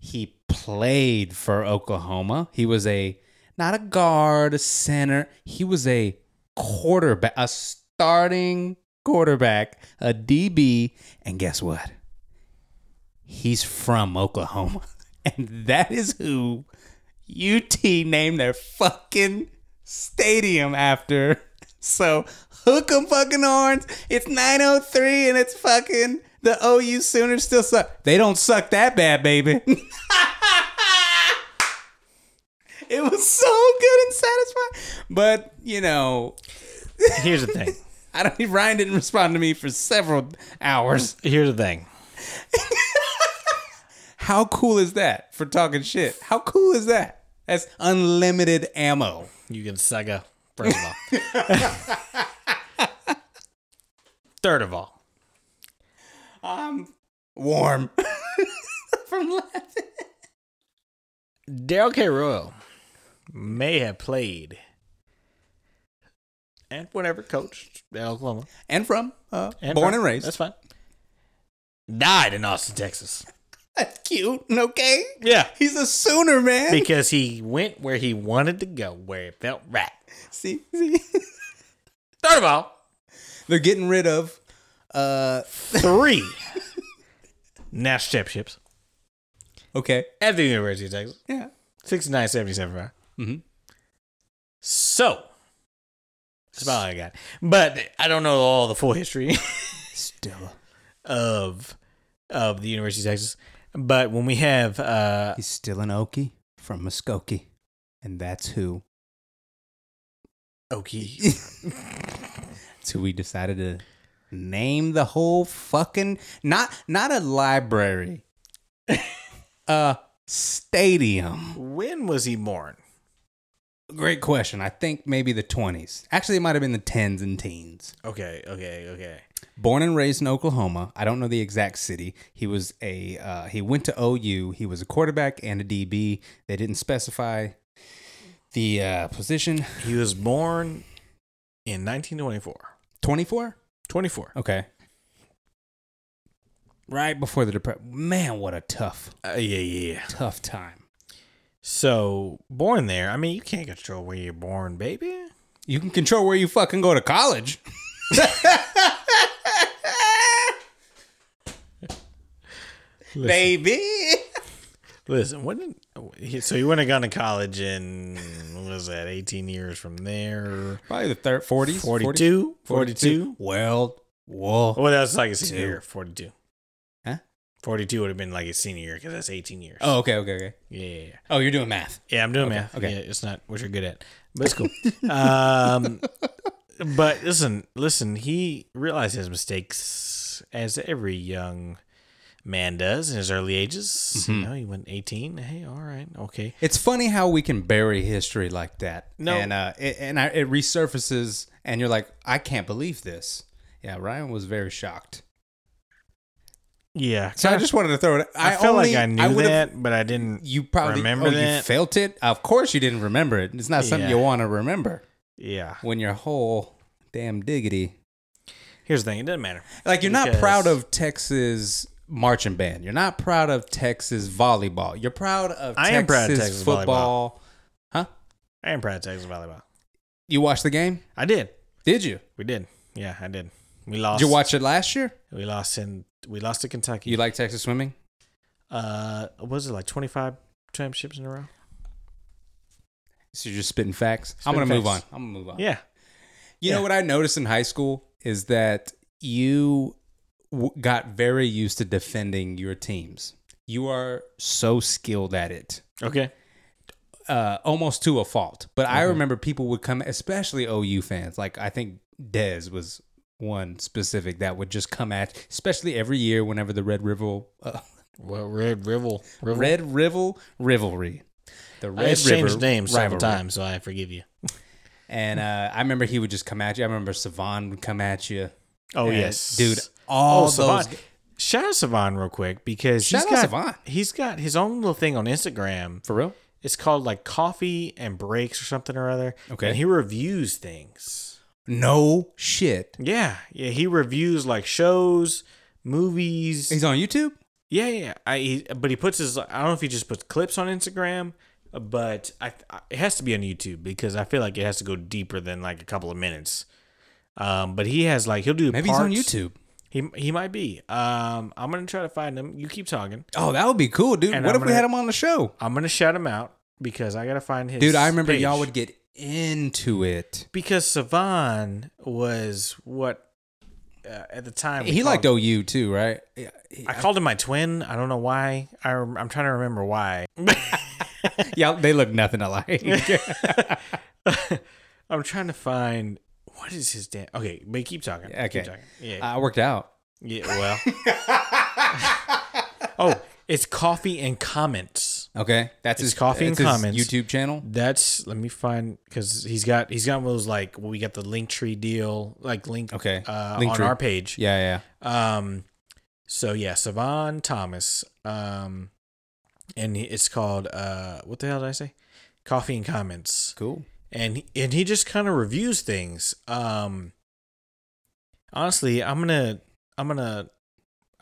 he played for Oklahoma. He was a not a guard, a center. He was a quarterback, a starting quarterback, a DB, and guess what? He's from Oklahoma. And that is who UT named their fucking stadium after. So hook 'em fucking horns. It's 903 and it's fucking the OU Sooners still suck. They don't suck that bad, baby. it was so good and satisfying. But, you know, Here's the thing. I don't Ryan didn't respond to me for several hours. Here's the thing. How cool is that for talking shit? How cool is that? That's unlimited ammo. You can suck a first of all. Third of all, I'm warm from laughing. Daryl K. Royal may have played and whatever coached at Oklahoma. And from uh, And born from- and raised. That's fine. Died in Austin, Texas. That's cute. and Okay, Yeah. he's a Sooner man. Because he went where he wanted to go, where it felt right. see, see, Third of all, they're getting rid of. Uh, three national championships okay, at the University of Texas. yeah, 69, 77, right? Mhm. So, that's about all I got. But I don't know all the full history still of of the University of Texas. But when we have uh, he's still an Okie from Muskogee, and that's who Okie that's who we decided to name the whole fucking not not a library, a stadium. When was he born? Great question. I think maybe the 20s. Actually, it might have been the 10s and teens. Okay, okay, okay. Born and raised in Oklahoma. I don't know the exact city. He was a uh, he went to OU. He was a quarterback and a DB. They didn't specify the uh, position. He was born in 1924. 24. 24. Okay. Right before the depression. Man, what a tough, Uh, yeah, yeah. yeah. tough time. So, born there. I mean, you can't control where you're born, baby. You can control where you fucking go to college. Baby. Listen, what did, he- so you went and gone to college in, what was that, 18 years from there? Probably the third 40s. 42? 42? Well, whoa. Well, that's like a senior Two. year, 42. Huh? 42 would have been like a senior year because that's 18 years. Oh, okay, okay, okay. Yeah, yeah, yeah. Oh, you're doing math. Yeah, I'm doing Okay, math. okay. Yeah, it's not what you're good at, but it's cool. um, but listen, listen. He realized his mistakes, as every young man does in his early ages. Mm-hmm. You know, he went 18. Hey, all right, okay. It's funny how we can bury history like that. No. And, uh, it, and I, it resurfaces, and you're like, I can't believe this. Yeah, Ryan was very shocked. Yeah, So I just wanted to throw it. I, felt only- like I knew would've- that, but I didn't. You probably Remember oh, you that? felt it. Of course, you didn't remember it. It's not something Yeah. you want to remember yeah. when your whole damn diggity. Here's the thing. It doesn't matter. Like you're not Because- proud of Texas marching band. You're not proud of Texas volleyball. You're proud of I Texas, am proud of Texas football. Huh? I am proud of Texas volleyball. You watched the game? I did. Did you? We did. Yeah, I did. We lost. Did you watch it last year? We lost in. We lost to Kentucky. You like Texas swimming? uh, what was it like 25 championships in a row? So you're just spitting facts. I'm gonna Spitting move on. facts. I'm gonna move on. Yeah. You know Yeah. what I noticed in high school is that you w- got very used to defending your teams. You are so skilled at it, Okay. uh, almost to a fault. But Mm-hmm. I remember people would come, especially OU fans. Like I think Dez was one specific that would just come at, especially every year whenever the Red River, uh, Well, Red Rival. Rival. Red Rival rivalry. The I Red just River changed names several rivalry. times, so I forgive you. And uh, I remember he would just come at you. I remember Savon would come at you. Oh And, yes, dude. Oh, All Savon. those Shout out Savon real quick because Shout he's out got Savon. he's got his own little thing on Instagram. for real. It's called like coffee and breaks or something or other. Okay. and he reviews things. No shit. Yeah, yeah, he reviews like shows, movies. He's on YouTube. yeah, yeah. I he, but he puts his. I don't know if he just puts clips on Instagram, but I, I it has to be on YouTube because I feel like it has to go deeper than like a couple of minutes. Um, but he has like he'll do Maybe parts. he's on YouTube. He he might be. Um, I'm gonna try to find him. You keep talking. Oh, that would be cool, dude. And what I'm if we gonna- had him on the show? I'm gonna shout him out. because I gotta find his. Dude, I remember page. y'all would get into it. because Savan was what uh, at the time we He called- liked OU too, right? Yeah, he- I called him my twin. I don't know why. I, rem- I'm trying to remember why. Yeah, they look nothing alike. I'm trying to find what is his damn. Okay, but keep talking. Keep Okay. talking. Yeah. I worked out. yeah. Well. oh, it's coffee and comments. Okay, that's It's his Coffee and that's his Comments. YouTube channel. That's let me find because he's got he's got one of those like well, we got the link tree deal like link Okay, uh, on Linktree. our page Yeah, yeah. Um, so yeah, Savon Thomas. Um, and he- it's called uh, what the hell did I say? Coffee and comments, Cool. and he- and he just kind of reviews things. Um, honestly, I'm gonna I'm gonna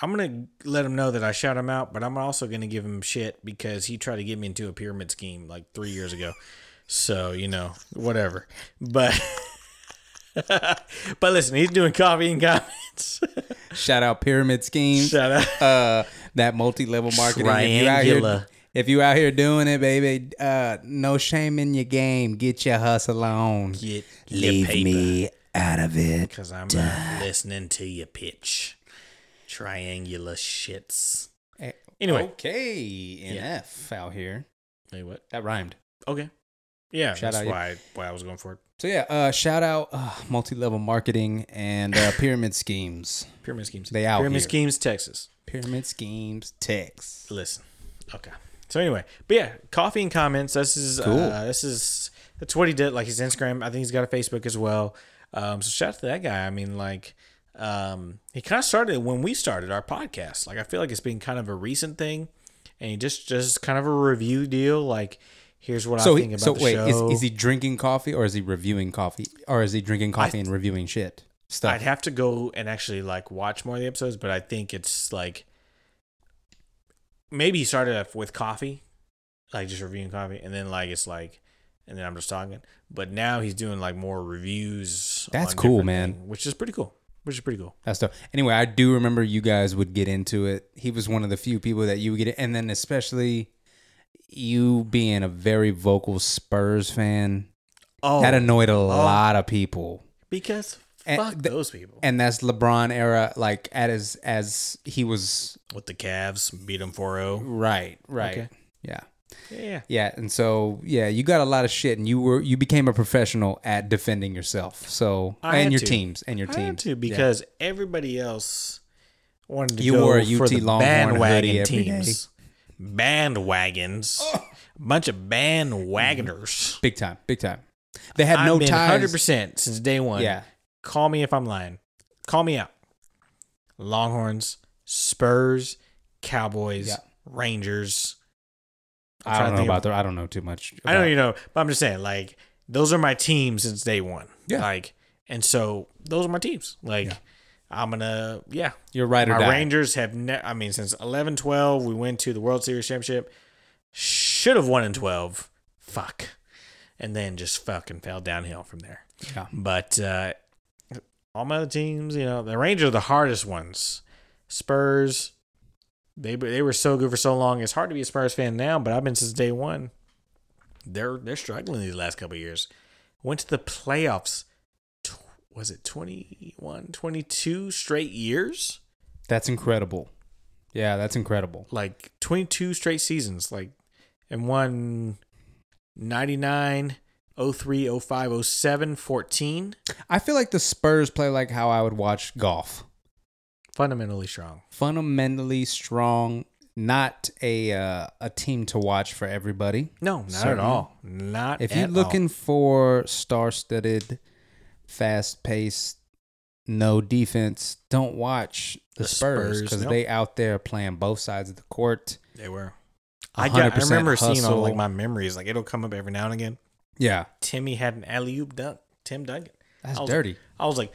I'm gonna let him know that I shout him out, but I'm also gonna give him shit because he tried to get me into a pyramid scheme like three years ago. So you know, whatever. But but listen, he's doing coffee and comments. Shout out Pyramid Schemes. Shout out. uh, that multi-level marketing. If you, out here, Triangular. if you out here doing it, baby, uh, no shame in your game. Get your hustle on. Get Leave me out of it. because I'm not listening to your pitch. Triangular shits. Oh. Anyway. okay, NF out here. Hey, what? That rhymed. Okay. Yeah, Shout that's out, yeah. why why I was going for it. So yeah, uh, shout out uh, multi-level marketing and uh, pyramid schemes. Pyramid schemes. They out Pyramid here. schemes, Texas. Pyramid schemes, text. Listen. Okay. So anyway, but yeah, coffee and comments. This is uh, this is that's what he did. Like his Instagram. I think he's got a Facebook as well. Um, so shout out to that guy. I mean, like, um, he kind of started when we started our podcast. Like, I feel like it's been kind of a recent thing, and he just just kind of a review deal. Like, here's what So, I he- think about so the wait, is, show. is he drinking coffee or is he reviewing coffee or is he drinking coffee and reviewing shit stuff? I'd have to go and actually like watch more of the episodes, but I think it's like maybe he started off with coffee, like just reviewing coffee, and then like it's like, and then I'm just talking. But now he's doing like more reviews. That's on cool, different man. thing, which is pretty cool. Which is pretty cool. that stuff. Anyway, I do remember you guys would get into it. He was one of the few people that you would get, and then especially you being a very vocal Spurs fan, Oh, that annoyed a lot of people. because And fuck the- those people And that's LeBron era, like at as as he was with the Cavs beat them 4-0. right, right, Okay. yeah, Yeah, yeah. And so yeah, you got a lot of shit, and you were you became a professional at defending yourself. So I had and your to. teams and your I teams had to because everybody else wanted to You go wore a for UT the Longhorn hoodie bandwagon every teams, bandwagons, Oh. a bunch of bandwagoners. big time, big time. They had I've no been ties. hundred percent since day one. Yeah. call me if I'm lying. Call me out. Longhorns, Spurs, Cowboys, Yeah. Rangers. I'm I trying don't to know think about of- the. I don't know too much. I don't about- even know, but I'm just saying, like, those are my teams since day one. Yeah. Like, and so those are my teams. Like, Yeah. I'm gonna, yeah. You're right or My die. Rangers have, ne- I mean, since 11 12, we went to the World Series Championship. Should have won in 12. Fuck. And then just fucking fell downhill from there. Yeah. But uh, all my other teams, you know, the Rangers are the hardest ones. Spurs, they they were so good for so long. It's hard to be a Spurs fan now, but I've been since day one. They're they're struggling these last couple of years. Went to the playoffs. Tw- was it 21, 22 straight years? That's incredible. Yeah, that's incredible. like 22 straight seasons like and won oh 99 03 05 07 14 I feel like the Spurs play like how I would watch golf. fundamentally strong Fundamentally strong, not a uh, a team to watch for everybody. no not Certainly. at all not If you're at looking all. for star-studded, fast-paced, no defense, don't watch the, The Spurs Spurs, because nope. they out there playing both sides of the court. they were I, got, I 100% remember seeing on like hustle. my memories like it'll come up every now and again Yeah, timmy had an alley-oop dunk tim duncan that's I was- dirty. i was like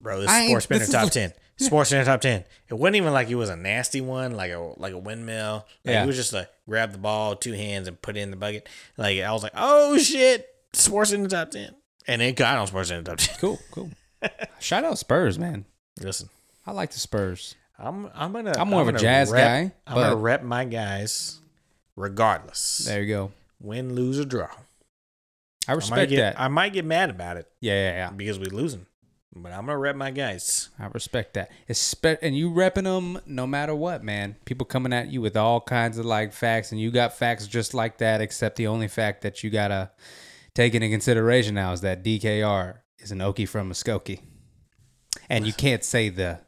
bro this I is ain't- sports this spinner is top like- 10 sports spinner top 10 it wasn't even like it was a nasty one like a like a windmill like Yeah. it was just like grab the ball two hands and put it in the bucket like i was like oh shit sports in the top 10 and it got on sports in the top 10 Cool, cool. Shout out Spurs, man. listen I like the Spurs. i'm i'm gonna I'm more of a gonna jazz rep- guy, i'm gonna but- rep my guys regardless There you go. Win, lose, or draw. I I might respect get, that. I might get mad about it yeah, yeah, yeah. because we losing, but I'm gonna rep my guys. I respect that. Espe- and you repping them no matter what, man. People coming at you with all kinds of like facts, and you got facts just like that, except the only fact that you gotta take into consideration now is that DKR is an Okie from Muskogee. And you can't say the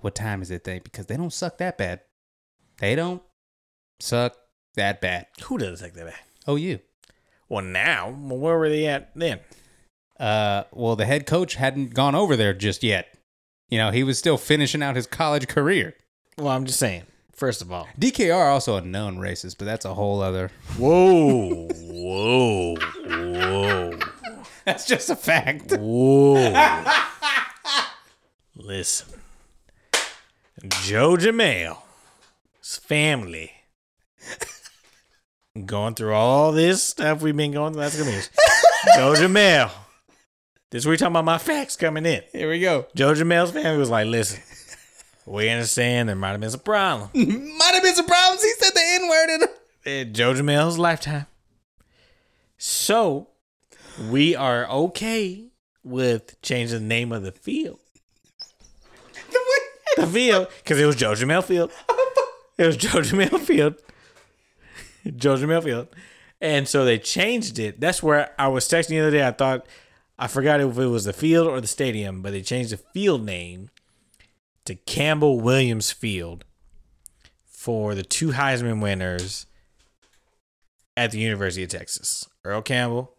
what time is it thing because they don't suck that bad. They don't suck that bad. Who doesn't take that back? Oh, you. Well, now, well, where were they at then? uh, well, the head coach hadn't gone over there just yet. You know, he was still finishing out his college career. Well, I'm just saying. First of all, DKR also a known racist, but that's a whole other. whoa, whoa, whoa, That's just a fact. whoa. Listen, Joe Jamel's family going through all this stuff we've been going through. That's gonna be Joe Jamel. This we talking about my facts coming in. Here we go. Joe Jamel's family was like, listen, we understand there might have been some problem. Might have been some problems. He said the N word in. in Joe Jamel's lifetime. So we are okay with changing the name of the field. The field, because it was Joe Jamel Field. It was Joe Jamel Field. Joe Jamel Field. And so they changed it. That's where I was texting the other day. I thought, I forgot if it was the field or the stadium, but they changed the field name to Campbell Williams Field for the two Heisman winners at the University of Texas. Earl Campbell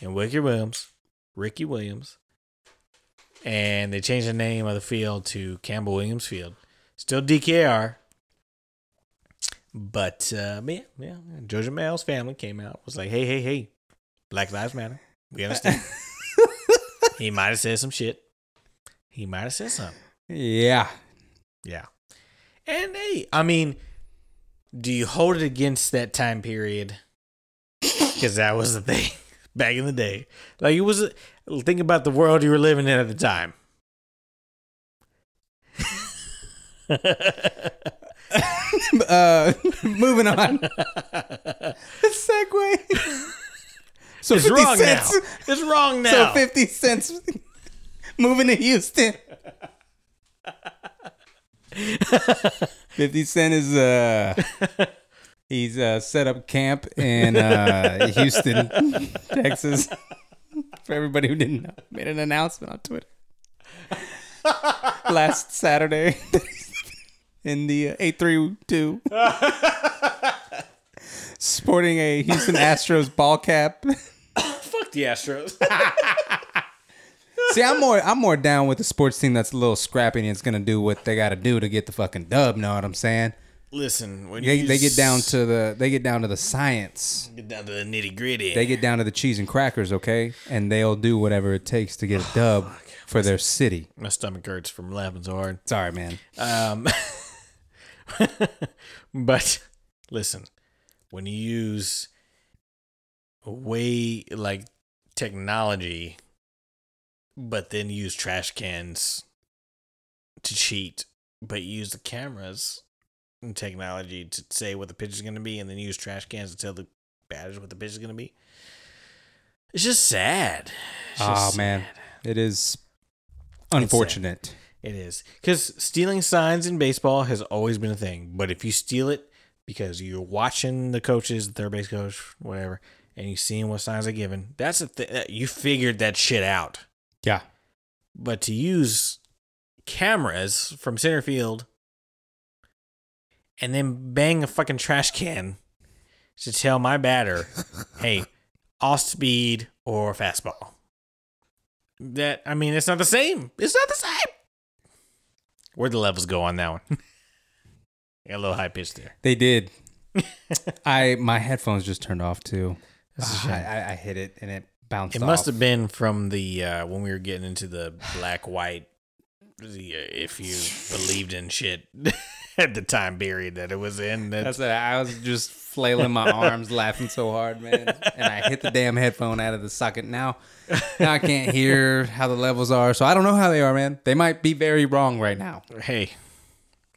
and Ricky Williams, Ricky Williams. And they changed the name of the field to Campbell Williams Field. Still DKR. But uh yeah, yeah. Georgia Mail's family came out, was like, hey, hey, hey, Black Lives Matter. We understand. he might have said some shit. He might have said something. Yeah. Yeah. And hey, I mean, do you hold it against that time period? Because that was the thing back in the day. Like it was. Think about the world you were living in at the time. uh, moving on. Segway. So It's 50 wrong cents. now. It's wrong So now. fifty cents. Moving to Houston. fifty Cent is uh he's uh set up camp in uh Houston, Texas. For everybody who didn't know, made an announcement on Twitter last Saturday in the uh, eight three two. Sporting a Houston Astros ball cap. Fuck the Astros. See, I'm more I'm more down with a sports team that's a little scrappy and it's gonna do what they gotta do to get the fucking dub. Know what I'm saying? Listen, when They, you they get down to the they get down to the science. get down to the nitty gritty. They get down to the cheese and crackers, okay? And they'll do whatever it takes to Oh, get a dub for their city. My stomach hurts from laughing so hard. Sorry, man. Um, but listen, when you use way like technology, but then use trash cans to cheat, but use the cameras and technology to say what the pitch is going to be, and then use trash cans to tell the batters what the pitch is going to be. It's just sad. It's Oh just man, sad. it is unfortunate. It is. Because stealing signs in baseball has always been a thing. But if you steal it because you're watching the coaches, the third base coach, whatever, and you seeing what signs are given, that's a thing. You figured that shit out. Yeah, But to use cameras from center field and then bang a fucking trash can to tell my batter, hey, off speed or fastball. That, I mean, it's not the same. It's not the same. Where'd the levels go on that one? Got a little high pitch there. they did. I my headphones just turned off too. That's a Ah, shame. I, I, I hit it and it bounced. It must have been from the uh, when we were getting into the black white. The, uh, if you believed in shit at the time period that it was in, that, That's it. I was just flailing my arms, laughing so hard, man. And I hit the damn headphone out of the socket. Now, now I can't hear how the levels are. So I don't know how they are, man. They might be very wrong right now. hey,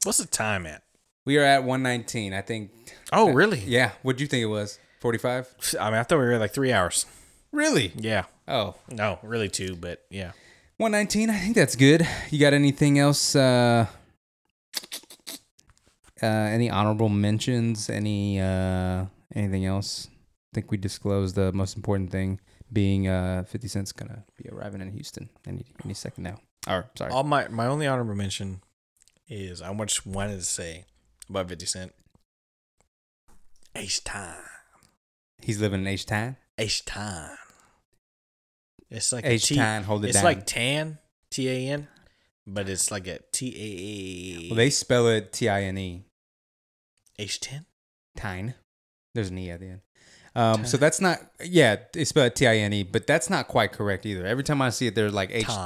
what's the time at? We are at 119. I think. Oh, really? Yeah. What do you think it was? 45? I mean, I thought we were like three hours. Really? Yeah. Oh, No, really two, but yeah. 119. I think that's good. You got anything else? Uh, uh, any honorable mentions? Any uh, anything else? I think we disclosed the most important thing being uh, 50 Cent's gonna be arriving in Houston any any second now. Or sorry, All my my only honorable mention is I just wanted to say about Fifty Cent. H time, he's living in H Town. H time. It's like a H T- Town, hold it It's down. like tan, T A N, but it's like a T A A. well, they spell it T I N E. H ten. Tine. There's an E at the end. Um, so that's not, yeah, it's spelled T I N E, but that's not quite correct either. Every time I see it, they're like H Time.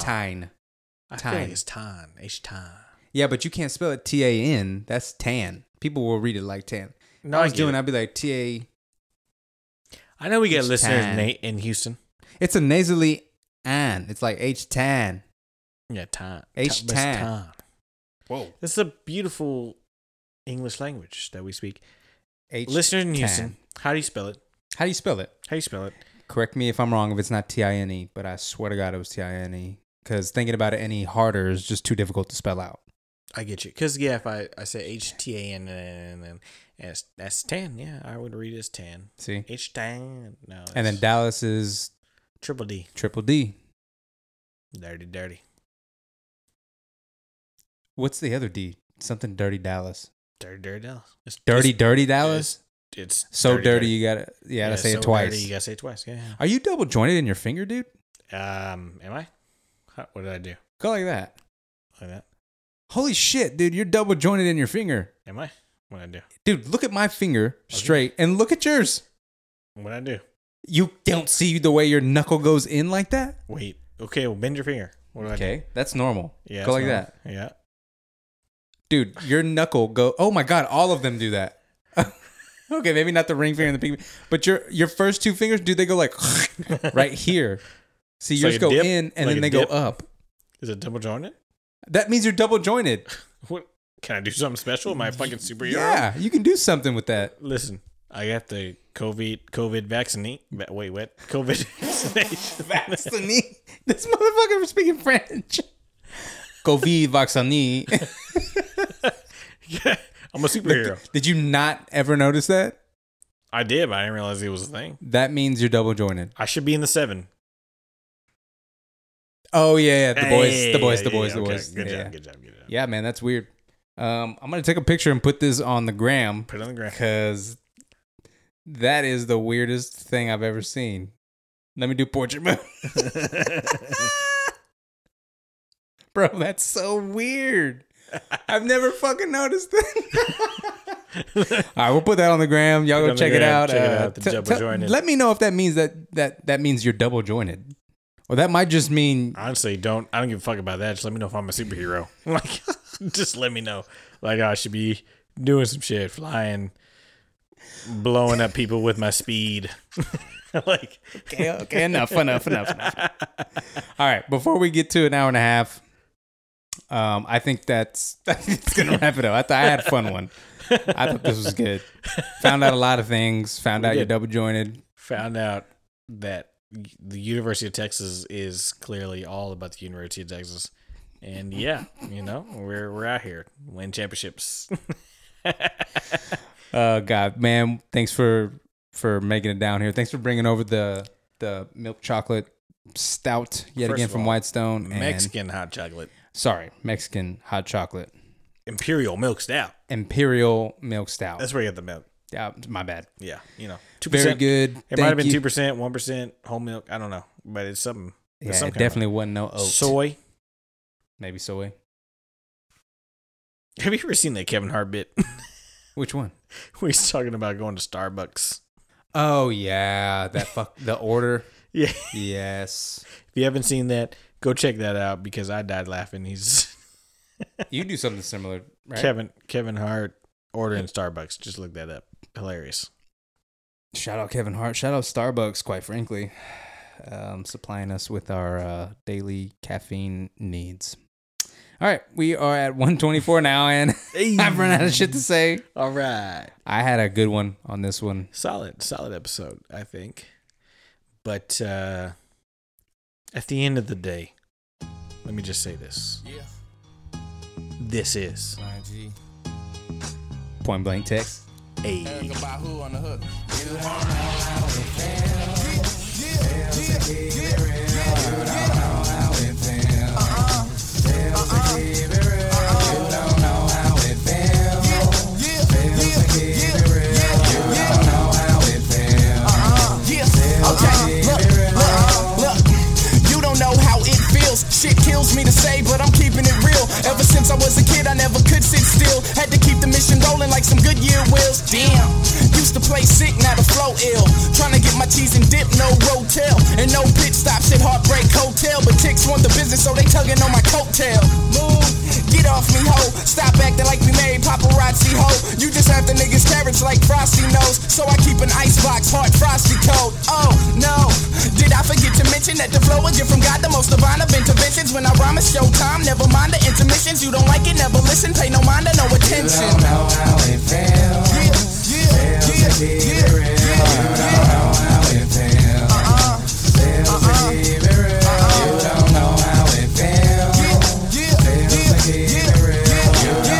Tine. I feel like Time. it's tan. H time. Yeah, but you can't spell it T A N. That's tan. People will read it like tan. No, I I was get doing, it. I'd be like T A. I know we get H listeners tan. in, A- in Houston. It's a nasally an. It's like H tan. Yeah, tan. H Tan- but it's tan. tan. Whoa. It's a beautiful English language that we speak. H. Listeners in tan. Houston, how do you spell it? How do you spell it? How do you spell it? Correct me if I'm wrong. If it's not T I N E, but I swear to God, it was T I N E. Because thinking about it any harder is just too difficult to spell out. I get you. Because, yeah, if I, I say H T A N and then that's, that's tan, yeah, I would read it as tan. See. H tan. No. And then it's Dallas is triple D. triple D. Dirty, dirty. What's the other D? Something dirty Dallas. Dirty, dirty Dallas. It's Dirty, it's- dirty Dallas. It's, so dirty, you gotta you gotta Yeah, say so it dirty, twice. You gotta say it twice, yeah. Are you double jointed in your finger, dude? Um, am I? Huh, What did I do? Go like that. Like that? Holy shit, dude! You're double jointed in your finger, Am I? What did I dude. Look at my finger straight, and look at yours. do? What did I do? You don't see the way your knuckle goes in like that. Wait. Okay, well, bend your finger. What do I Okay, that's normal. do? Yeah. go it's like normal. that, Yeah. dude. Your knuckle go. Oh my god, all of them do that. okay, maybe not the ring finger and the pinky, but your your first two fingers, dude. They go like right here. See, It's yours like a go dip, in, like and then a they dip. go up. Is it double jointed? That means you're double jointed. What? Can I do something special? Am I a fucking superhero? Yeah, you can do something with that. Listen, I got the COVID COVID vaccinate. va- Wait, what? COVID vaccination. Vaccini. This motherfucker was speaking French. Covid vaccini. I'm a superhero. Did you not ever notice that? I did, but I didn't realize it was a thing. That means you're double jointed. I should be in the seven. Oh yeah, yeah. The boys, the Hey, boys, yeah, the boys, yeah, the okay, boys. Good yeah. job. Good job. Good job. yeah, man, that's weird. Um, I'm gonna take a picture and put this on the gram Put it on the ground. because that is the weirdest thing I've ever seen. Let me do portrait mode. Bro, that's so weird. I've never fucking noticed that. All right, we'll put that on the gram. Y'all Put it go on the check it gram, out. check it Uh, out, the t- double t- jointed. Let me know if that means that that that means you're double jointed, or that might just mean Honestly, don't I don't give a fuck about that. Just let me know if I'm a superhero. Like, just let me know. Like, I should be doing some shit, flying, blowing up people with my speed. like, okay, okay, enough, enough, enough, enough. All right, before we get to an hour and a half, um, I think that's I think it's gonna wrap it up. I thought I had a fun one. I thought this was good. Found out a lot of things. Found out you're did. double jointed. found out that the University of Texas is clearly all about the University of Texas. And yeah, you know, we're we're out here win championships. Uh, God, man, thanks for for making it down here. Thanks for bringing over the the milk chocolate stout yet First again of from all, Whitestone. and- Mexican hot chocolate, sorry, Mexican hot chocolate, imperial milk stout. imperial milk stout. That's where you get the milk. yeah, my bad. Yeah, you know, two Very good. It Thank might have been you. two percent, one percent whole milk. I don't know, but it's something. it's Yeah, some it kind of definitely wasn't no oat. soy. Maybe soy. Have you ever seen that Kevin Hart bit Which one? where he's talking about going to Starbucks? Oh yeah, that fuck the order. Yeah, Yes, if you haven't seen that, go check that out because I died laughing. He's you do something similar, right? Kevin Kevin Hart ordering Starbucks. Just look that up. Hilarious. Shout out Kevin Hart. Shout out Starbucks. Quite frankly, um, supplying us with our uh, daily caffeine needs. All right, we are at 124 now, and I've run out of shit to say. All right. I had a good one on this one. Solid, solid episode, I think. But uh at the end of the day, let me just say this. Yeah. This is IG. Point blank text. a Erica Bahu on the hook. You don't know how it feels. Feels to keep it real. You don't know how it feels. Feels to keep it real. You don't know how it feels. Feels to keep it real. You don't know how it feels. Yeah, okay. Look, look, look. You don't know how it feels. Shit kills me to say, but I'm keeping it real. Ever since I was a kid, I never could sit still. Had to keep the mission rolling like some Goodyear wheels. Damn. Used to play sick, now the flow ill. Trying to get my cheese and dip, no rotel. And no pit stops at Heartbreak Hotel. But ticks want the business, so they tugging on my coattail. Move, get off me, ho. Stop acting like we married paparazzi, ho. You just have the niggas' carrots like Frosty knows. So I keep an icebox, hard frosty cold. Oh no, did I forget to mention that the flow is gift from God, the most divine of interventions? When I rhyme, it's showtime. Never mind the intermissions. You don't like it, never listen. Pay no mind or no You attention. don't know how it feels. Feels to keep it real. You don't know how it feels. Feels to keep it real. You don't know how it feels. Feels to keep it real. You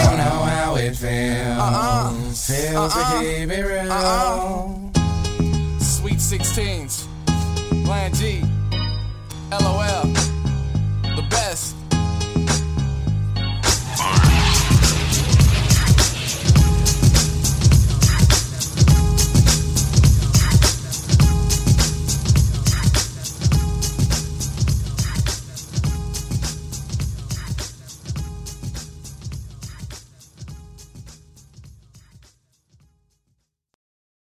don't know how it feels. Feels to keep it real. Sweet 16s, Plan G, LOL.